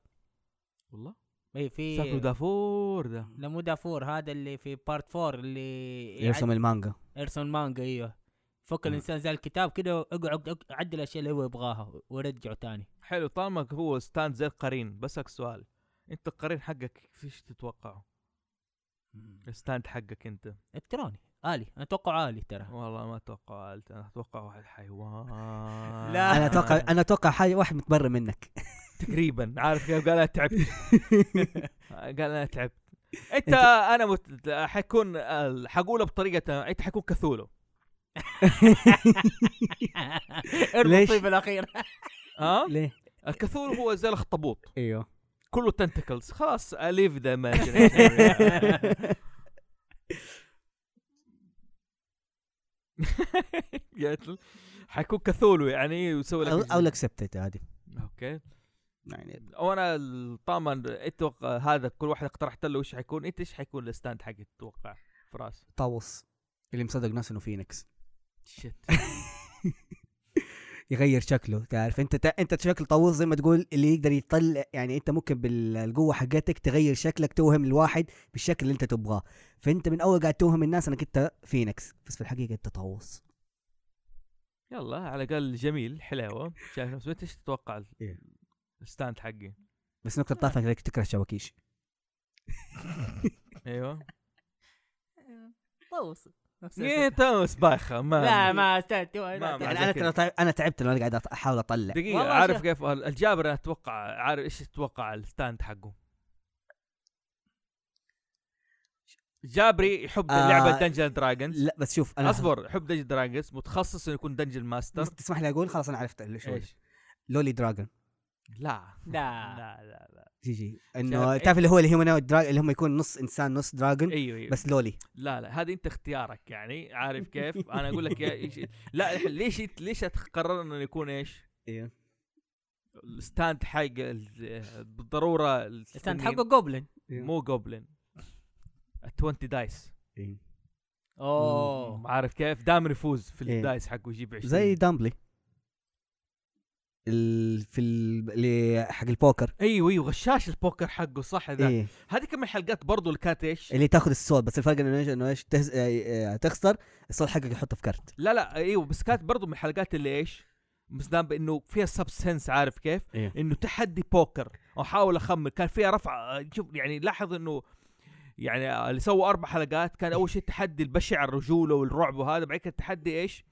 [SPEAKER 1] والله
[SPEAKER 3] اي في
[SPEAKER 1] شكله دافور ده
[SPEAKER 3] لا مو دافور هذا اللي في بارت 4 اللي
[SPEAKER 1] يعني
[SPEAKER 2] يرسم المانجا
[SPEAKER 3] يرسم مانجا ايوه فك الانسان زي الكتاب كده اقعد اقعد عدل الاشياء اللي هو يبغاها ورجعه تاني
[SPEAKER 1] حلو طالما هو ستاند زي القرين بسك سؤال انت القرين حقك فيش تتوقعه الستاند حقك انت
[SPEAKER 3] الكتروني الي انا اتوقع الي ترى
[SPEAKER 1] والله ما اتوقع قلت انا اتوقع واحد حيوان
[SPEAKER 3] لا.
[SPEAKER 2] انا اتوقع انا اتوقع حاجه واحد متبرر منك
[SPEAKER 1] تقريبا عارف كيف قال انا تعبت قال انا تعبت انت
[SPEAKER 2] أنت-
[SPEAKER 1] انا مت... حيكون ال- حقوله بطريقه انت حيكون كثوله
[SPEAKER 3] ارمي
[SPEAKER 2] ليش؟
[SPEAKER 3] الطيب الاخير
[SPEAKER 1] ها
[SPEAKER 2] ليه؟
[SPEAKER 1] الكثول هو زي الاخطبوط
[SPEAKER 2] ايوه
[SPEAKER 1] كله تنتكلز خلاص ليف ذا حيكون كثولو يعني يسوي لك
[SPEAKER 2] او اكسبتد هذه
[SPEAKER 1] اوكي
[SPEAKER 2] يعني
[SPEAKER 1] وانا طبعا اتوقع هذا كل واحد اقترحت له وش حيكون انت ايش حيكون الستاند حقك تتوقع في راسك
[SPEAKER 2] طاووس اللي مصدق نفسه انه فينيكس
[SPEAKER 1] شت
[SPEAKER 2] يغير شكله تعرف انت انت شكل طاووس زي ما تقول اللي يقدر يطلع يعني انت ممكن بالقوه حقتك تغير شكلك توهم الواحد بالشكل اللي انت تبغاه فانت من اول قاعد توهم الناس انك انت فينيكس بس في الحقيقه انت طاووس
[SPEAKER 1] يلا على الاقل جميل حلاوه شايف نفسه انت ايش تتوقع
[SPEAKER 2] إيه.
[SPEAKER 1] الستاند حقي
[SPEAKER 2] بس نقطه ضعفك انك تكره الشواكيش
[SPEAKER 1] ايوه
[SPEAKER 3] طوس طيب، نفس
[SPEAKER 1] إيه،
[SPEAKER 3] الفكرة.
[SPEAKER 1] انت بايخه ما
[SPEAKER 3] لا ما استنت
[SPEAKER 1] ما- ما-
[SPEAKER 2] يعني
[SPEAKER 1] زي
[SPEAKER 2] انا
[SPEAKER 1] كده.
[SPEAKER 2] ترى تع- انا تعبت لو انا قاعد أط- احاول اطلع
[SPEAKER 1] دقيقة
[SPEAKER 3] والله
[SPEAKER 1] عارف
[SPEAKER 3] شوف.
[SPEAKER 1] كيف الجابر انا اتوقع عارف ايش تتوقع الستاند حقه جابري يحب
[SPEAKER 2] آه،
[SPEAKER 1] لعبة دنجن دراجونز
[SPEAKER 2] لا بس شوف انا
[SPEAKER 1] اصبر يحب دنجن دراجونز متخصص انه يكون دنجن ماستر
[SPEAKER 2] بس تسمح لي اقول خلاص انا عرفت ليش هو.
[SPEAKER 1] ايش؟
[SPEAKER 2] لولي دراجون
[SPEAKER 1] لا
[SPEAKER 3] لا.
[SPEAKER 1] لا لا, لا.
[SPEAKER 2] جي جي
[SPEAKER 1] شايف؟
[SPEAKER 2] انه
[SPEAKER 1] إيه.
[SPEAKER 2] تعرف اللي هو الهيومانويد دراج اللي هم يكون نص انسان نص دراجون
[SPEAKER 1] ايوه ايوه
[SPEAKER 2] بس لولي
[SPEAKER 1] لا لا هذه انت اختيارك يعني عارف كيف؟ انا اقول لك يا إيش لا ليش إنت- ليش تقرر انه يكون ايش؟
[SPEAKER 2] ايوه
[SPEAKER 1] الستاند حق ال- بالضروره
[SPEAKER 3] استنت
[SPEAKER 1] الستاند
[SPEAKER 3] حقه جوبلن
[SPEAKER 1] مو جوبلين 20 دايس
[SPEAKER 2] إيه.
[SPEAKER 3] اوه
[SPEAKER 1] عارف كيف دائما يفوز في
[SPEAKER 2] إيه.
[SPEAKER 1] الدايس حقه يجيب 20
[SPEAKER 2] زي دامبلي ال... في ال... اللي حق البوكر
[SPEAKER 1] ايوه ايوه غشاش البوكر حقه صح ذا
[SPEAKER 2] ايه
[SPEAKER 1] هذه كم الحلقات برضو اللي كانت ايش
[SPEAKER 2] اللي تاخذ السول بس الفرق انه ايش انه ايش تهز... آه، آه، تخسر السول حقك يحطه في كارت
[SPEAKER 1] لا لا ايوه بس كانت برضو من الحلقات اللي ايش مصدام بانه فيها سبسنس عارف كيف
[SPEAKER 2] إيه.
[SPEAKER 1] انه تحدي بوكر واحاول اخمن كان فيها رفع شوف يعني لاحظ انه يعني اللي سووا اربع حلقات كان اول شيء التحدي البشع الرجوله والرعب وهذا بعد كده التحدي ايش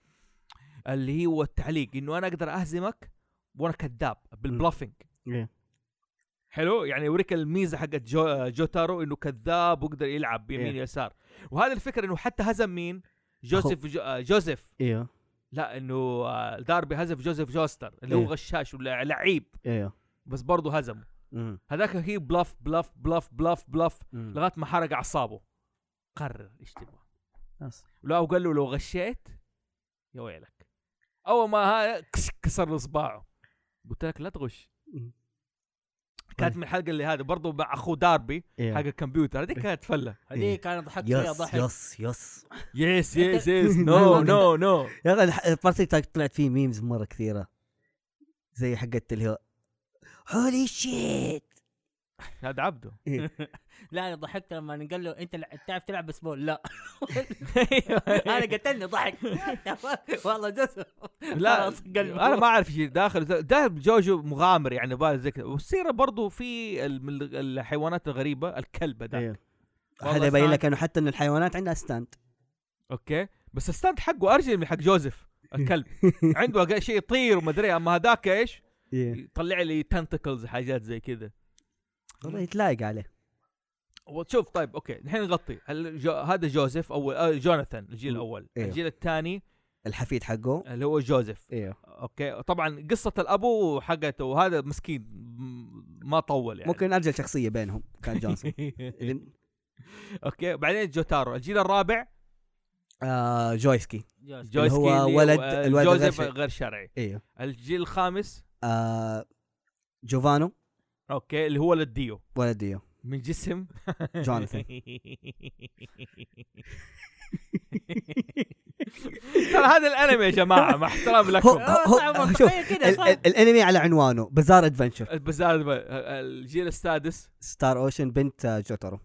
[SPEAKER 1] اللي هو التعليق انه انا اقدر اهزمك وانا كذاب بالبلافنج
[SPEAKER 2] إيه.
[SPEAKER 1] حلو يعني يوريك الميزه حقت جو جوتارو انه كذاب ويقدر يلعب يمين
[SPEAKER 2] إيه.
[SPEAKER 1] يسار وهذا الفكره انه حتى هزم مين جوزيف جو آه، جوزيف
[SPEAKER 2] ايوه
[SPEAKER 1] لا انه آه، داربي هزف جوزيف جوستر اللي هو
[SPEAKER 2] إيه.
[SPEAKER 1] غشاش ولا لعيب
[SPEAKER 2] ايوه
[SPEAKER 1] بس برضه هزمه هذاك هي بلف بلف بلف بلف بلف لغايه ما حرق اعصابه قرر ايش تبغى لا وقال له لو غشيت يا ويلك اول ما ها كس- كسر له صباعه قلت لك لا تغش كانت من الحلقه اللي هذا برضه مع اخوه داربي حق الكمبيوتر هذيك كانت فله
[SPEAKER 3] هذيك انا ضحكت فيها
[SPEAKER 2] إيه. يس
[SPEAKER 3] ضحك
[SPEAKER 2] يس يس
[SPEAKER 1] يس يس يس نو نو نو
[SPEAKER 2] يا اخي الح- البارت تاك طلعت فيه ميمز مره كثيره زي حقت اللي هو هولي شيت
[SPEAKER 1] هذا عبده
[SPEAKER 3] لا انا ضحكت لما قال له انت لع- تعرف تلعب بسبول لا
[SPEAKER 2] أيوة.
[SPEAKER 3] انا قتلني ضحك والله جزء
[SPEAKER 1] لا
[SPEAKER 3] خلاص قلبي
[SPEAKER 1] انا ما اعرف ايش داخل داخل جوجو مغامر يعني بعد زي كذا والسيره برضو في ال- من ال- الحيوانات الغريبه الكلب
[SPEAKER 2] إيه.
[SPEAKER 1] ده
[SPEAKER 2] هذا يبين لك انه حتى ان الحيوانات عندها ستاند
[SPEAKER 1] اوكي بس الستاند حقه ارجل من حق جوزيف الكلب عنده أق- شيء يطير وما ادري اما هذاك ايش
[SPEAKER 2] إيه.
[SPEAKER 1] يطلع لي تنتكلز حاجات زي كذا
[SPEAKER 2] والله يتلايق عليه
[SPEAKER 1] وتشوف طيب اوكي الحين نغطي هل جو هذا جوزيف اول آه جوناثان الجيل
[SPEAKER 2] مم.
[SPEAKER 1] الاول
[SPEAKER 2] أيوه.
[SPEAKER 1] الجيل الثاني
[SPEAKER 2] الحفيد حقه
[SPEAKER 1] اللي هو جوزيف
[SPEAKER 3] يعني.
[SPEAKER 2] ايوه
[SPEAKER 1] اوكي طبعا قصه الابو حقته وهذا مسكين م- ما طول يعني
[SPEAKER 2] ممكن ارجل شخصيه بينهم كان جونسون اللي-
[SPEAKER 1] اوكي بعدين جوتارو الجيل الرابع
[SPEAKER 2] آه جويسكي
[SPEAKER 3] جوز.
[SPEAKER 1] جويس
[SPEAKER 2] هو
[SPEAKER 1] كيلي
[SPEAKER 2] ولد-
[SPEAKER 1] و-
[SPEAKER 2] الولد غير
[SPEAKER 1] جوزيف
[SPEAKER 2] شرعي.
[SPEAKER 1] غير شرعي
[SPEAKER 2] ايوه
[SPEAKER 1] الجيل الخامس
[SPEAKER 2] آه جوفانو
[SPEAKER 1] اوكي اللي هو ولد ديو
[SPEAKER 2] ولد ديو
[SPEAKER 1] من جسم
[SPEAKER 2] جوناثان
[SPEAKER 1] ترى هذا الانمي يا جماعه مع احترام
[SPEAKER 2] هو-
[SPEAKER 1] لكم
[SPEAKER 2] هو-
[SPEAKER 3] آه، صعب
[SPEAKER 2] هو-
[SPEAKER 3] منطقية
[SPEAKER 2] شوف
[SPEAKER 3] كده
[SPEAKER 2] ال-
[SPEAKER 3] صح
[SPEAKER 2] ال- الانمي على عنوانه بزار ادفنشر
[SPEAKER 1] بس هذا الب- الجيل السادس
[SPEAKER 2] ستار اوشن بنت آه، جوترو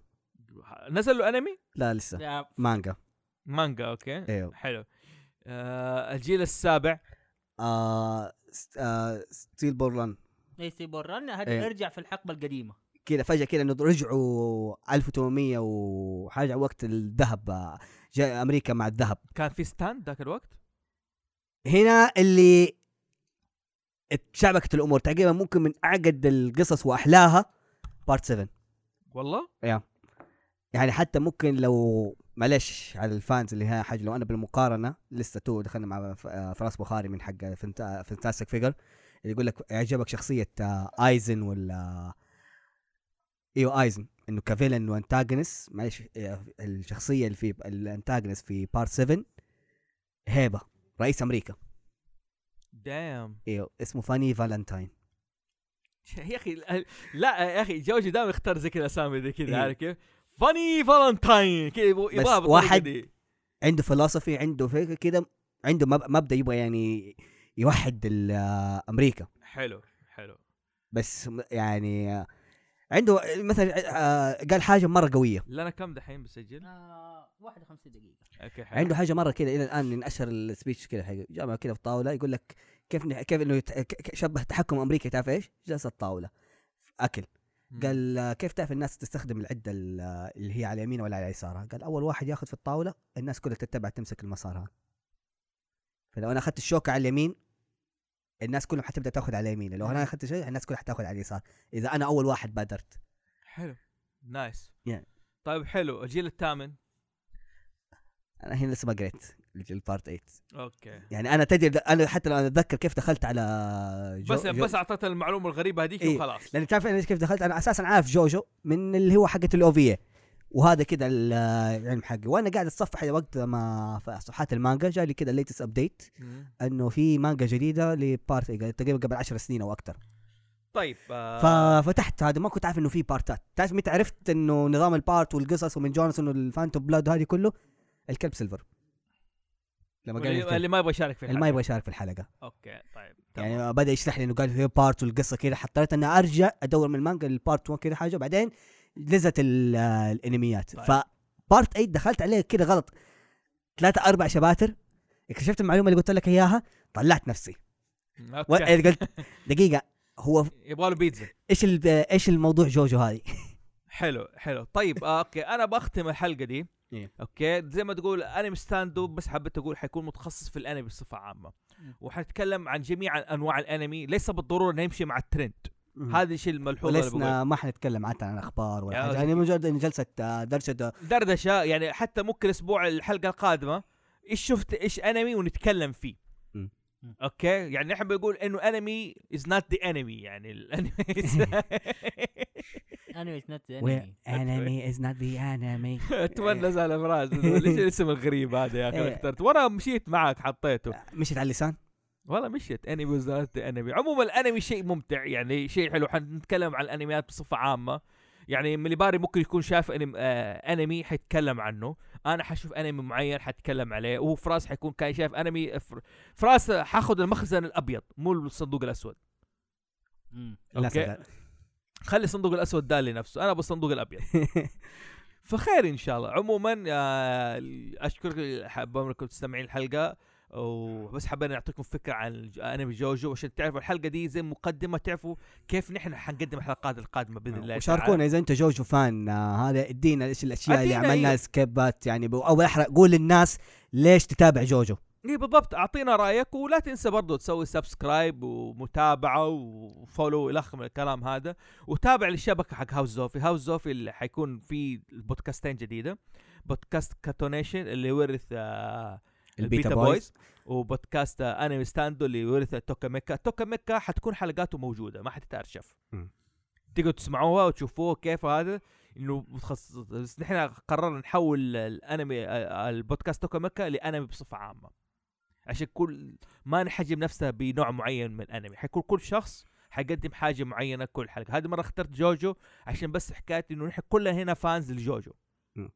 [SPEAKER 1] نزل له انمي
[SPEAKER 2] لا لسه
[SPEAKER 3] لا،
[SPEAKER 2] مانجا
[SPEAKER 1] مانجا اوكي
[SPEAKER 2] ايوه
[SPEAKER 1] حلو آه الجيل السابع
[SPEAKER 2] آه س- آه ستيل بورلان
[SPEAKER 3] اي سي بورن
[SPEAKER 2] إيه.
[SPEAKER 3] هذا ارجع في الحقبه القديمه
[SPEAKER 2] كذا فجاه كذا انه رجعوا 1800 وحاجه وقت الذهب آه، جاء امريكا مع الذهب
[SPEAKER 1] كان في ستاند ذاك الوقت
[SPEAKER 2] هنا اللي اتشابكت الامور تقريبا ممكن من اعقد القصص واحلاها بارت 7
[SPEAKER 1] والله
[SPEAKER 2] يعني حتى ممكن لو معلش على الفانز اللي هي حاجه لو انا بالمقارنه لسه تو دخلنا مع ف- آه، فراس بخاري من حق فنتا- فانتاستيك فيجر اللي يقول لك اعجبك شخصيه آه، ايزن ولا ايوه ايزن انه كفيلن وانتاجنس معلش آه، الشخصيه اللي في الانتاجنس في بارت 7 هيبه رئيس امريكا
[SPEAKER 1] دام
[SPEAKER 2] ايوه اسمه فاني فالنتاين
[SPEAKER 1] يا اخي ال- لا يا اخي جوجي دائما يختار زي كذا اسامي زي
[SPEAKER 2] إيه.
[SPEAKER 1] كذا عارف كيف؟ فاني فالنتاين كذا يبغى- يبغاها بالطريقة
[SPEAKER 2] واحد
[SPEAKER 1] دي.
[SPEAKER 2] عنده فلسفي عنده فكره كده عنده مب- مبدا يبغى يعني يوحد ال- آه، امريكا
[SPEAKER 1] حلو حلو
[SPEAKER 2] بس م- يعني آه، عنده مثلا آه، قال حاجه مره قويه
[SPEAKER 1] لنا كم دحين بسجل؟
[SPEAKER 3] آه 51 دقيقه
[SPEAKER 1] اوكي حلو
[SPEAKER 2] عنده حاجه مره كده الى الان من اشهر السبيتش كده حاجه جابها كده في الطاوله يقول لك كيف ن- كيف انه يت- ك- ك- شبه تحكم امريكا تعرف ايش؟ جلسه الطاوله اكل
[SPEAKER 1] مم.
[SPEAKER 2] قال آه، كيف تعرف الناس تستخدم العده ال- آه، اللي هي على اليمين ولا على يسارها؟ قال اول واحد ياخذ في الطاوله الناس كلها تتبع تمسك المسار هذا فلو انا اخذت الشوكه على اليمين الناس كلها حتبدا تاخذ على يميني لو انا اخذت شيء الناس كلها حتاخذ على اليسار اذا انا اول واحد بادرت
[SPEAKER 1] حلو نايس
[SPEAKER 2] يعني.
[SPEAKER 1] طيب حلو الجيل الثامن
[SPEAKER 2] انا هنا لسه ما قريت البارت 8
[SPEAKER 1] اوكي
[SPEAKER 2] يعني انا تدري انا حتى لو انا اتذكر كيف دخلت على جو
[SPEAKER 1] بس
[SPEAKER 2] جو
[SPEAKER 1] بس اعطيتنا المعلومه الغريبه هذيك
[SPEAKER 2] إيه.
[SPEAKER 1] وخلاص
[SPEAKER 2] لان تعرف انا كيف دخلت انا اساسا عارف جوجو من اللي هو حقت الاوفيه وهذا كده العلم حقي وانا قاعد اتصفح وقت ما في صفحات المانجا جالي كده ليتست ابديت
[SPEAKER 1] مم.
[SPEAKER 2] انه في مانجا جديده لبارت تقريبا قبل 10 سنين او اكثر
[SPEAKER 1] طيب آه
[SPEAKER 2] ففتحت هذا ما كنت عارف انه في بارتات تعرف متى عرفت انه نظام البارت والقصص ومن جونسون والفانتوم بلاد هذه كله الكلب سيلفر لما قال لي
[SPEAKER 1] واللي-
[SPEAKER 2] الكلب.
[SPEAKER 1] اللي ما يبغى يشارك في
[SPEAKER 2] اللي ما
[SPEAKER 1] الحلقة.
[SPEAKER 2] يبغى يشارك في الحلقه
[SPEAKER 1] اوكي طيب تمام.
[SPEAKER 2] يعني بدا يشرح لي انه قال في بارت والقصه كذا حطيت انا ارجع ادور من المانجا للبارت 1 كذا حاجه بعدين نزلت ال- آه، الانميات
[SPEAKER 1] طيب.
[SPEAKER 2] فبارت 8 دخلت عليه كذا غلط ثلاثة أربع شباتر اكتشفت المعلومة اللي قلت لك إياها طلعت نفسي و-
[SPEAKER 1] اوكي
[SPEAKER 2] قلت دقيقة هو
[SPEAKER 1] يبغى له بيتزا
[SPEAKER 2] إيش ال- إيش الموضوع جوجو هذه
[SPEAKER 1] حلو حلو طيب آه اوكي انا بختم الحلقه دي
[SPEAKER 2] إيه.
[SPEAKER 1] اوكي زي ما تقول انمي ستاند اب بس حبيت اقول حيكون متخصص في الانمي بصفه عامه
[SPEAKER 3] مم.
[SPEAKER 1] وحنتكلم عن جميع انواع الانمي ليس بالضروره انه يمشي مع الترند هذا الشيء الملحوظ اللي بقوله.
[SPEAKER 2] ولسنا ما حنتكلم حتى عن أخبار ولا
[SPEAKER 1] يا
[SPEAKER 2] حاجة
[SPEAKER 1] أخي.
[SPEAKER 2] يعني مجرد إن جلسة آه، درشة
[SPEAKER 1] دردشه يعني حتى ممكن اسبوع الحلقه القادمه ايش شفت ايش انمي ونتكلم فيه
[SPEAKER 2] مم.
[SPEAKER 1] اوكي يعني نحن بنقول انه انمي از نوت ذا انمي يعني الانمي
[SPEAKER 3] انمي نوت
[SPEAKER 2] Where
[SPEAKER 3] انمي
[SPEAKER 2] enemy is not the enemy
[SPEAKER 1] اتمنى زال الافراز ليش الاسم الغريب هذا يا اخي اللي
[SPEAKER 2] إيه.
[SPEAKER 1] اخترت وانا مشيت معك حطيته
[SPEAKER 2] مشيت على اللسان
[SPEAKER 1] والله مشيت انمي وزارات انمي عموما الانمي شيء ممتع يعني شيء حلو حنتكلم عن الانميات بصفه عامه يعني مليباري ممكن يكون شاف أنم... آه انمي حيتكلم عنه انا حشوف انمي معين حتكلم عليه وهو فراس حيكون كان شاف انمي فر... فراس حاخذ المخزن الابيض مو الصندوق الاسود
[SPEAKER 2] لا
[SPEAKER 1] أوكي.
[SPEAKER 2] صدق.
[SPEAKER 1] خلي الصندوق الاسود ده لنفسه انا بالصندوق الابيض فخير ان شاء الله عموما آه، اشكرك حابب انكم تستمعين الحلقه وبس حابين نعطيكم فكره عن الج- انمي جوجو عشان تعرفوا الحلقه دي زي مقدمه تعرفوا كيف نحن حنقدم الحلقات القادمه باذن الله
[SPEAKER 2] آه، وشاركونا اذا انت جوجو فان آه، هذا ادينا ايش الاشياء اللي
[SPEAKER 1] ادينا
[SPEAKER 2] عملنا
[SPEAKER 1] أيوه.
[SPEAKER 2] سكيبات يعني ب- او احرق قول للناس ليش تتابع جوجو
[SPEAKER 1] اي إيه بالضبط اعطينا رايك ولا تنسى برضو تسوي سبسكرايب ومتابعه وفولو الى اخر من الكلام هذا وتابع الشبكه حق هاوس زوفي هاوس زوفي اللي حيكون فيه بودكاستين جديده بودكاست كاتونيشن اللي يورث آه البيتا بويز وبودكاست آه، انمي ستاندو اللي يورث توكا ميكا توكا ميكا حتكون حلقاته موجوده ما حتتارشف
[SPEAKER 2] مم.
[SPEAKER 1] تقدروا تسمعوها وتشوفوها كيف هذا انه متخصص بس نحن قررنا نحول الانمي آه، البودكاست توكا ميكا لانمي بصفه عامه عشان كل ما نحجم نفسنا بنوع معين من الانمي حيكون كل شخص حيقدم حاجه معينه كل حلقه هذه مره اخترت جوجو عشان بس حكايه انه نحن كلنا هنا فانز لجوجو
[SPEAKER 2] مم.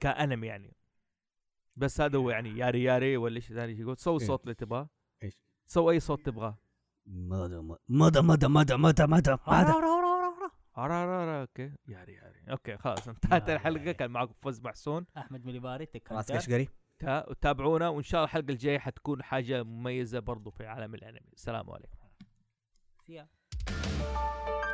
[SPEAKER 1] كانمي يعني بس هذا هو يعني ياري ياري ولا ايش ثاني يقول سوي
[SPEAKER 2] إيه.
[SPEAKER 1] صوت اللي تبغاه
[SPEAKER 2] إيش؟
[SPEAKER 1] سوي اي صوت تبغاه
[SPEAKER 2] مدى مدى مدى مدى مدى مدى
[SPEAKER 1] آه.
[SPEAKER 2] مدى
[SPEAKER 1] ارا ارا ارا اوكي ياري ياري اوكي خلاص
[SPEAKER 3] ياري
[SPEAKER 1] انتهت
[SPEAKER 3] ياري.
[SPEAKER 1] الحلقه كان معكم فوز محسون
[SPEAKER 3] احمد مليباري
[SPEAKER 2] راس
[SPEAKER 3] تكرر
[SPEAKER 2] قشقري
[SPEAKER 1] تا- وتابعونا وان شاء الله الحلقه الجايه حتكون حاجه مميزه برضو في عالم الانمي السلام عليكم
[SPEAKER 3] سيا.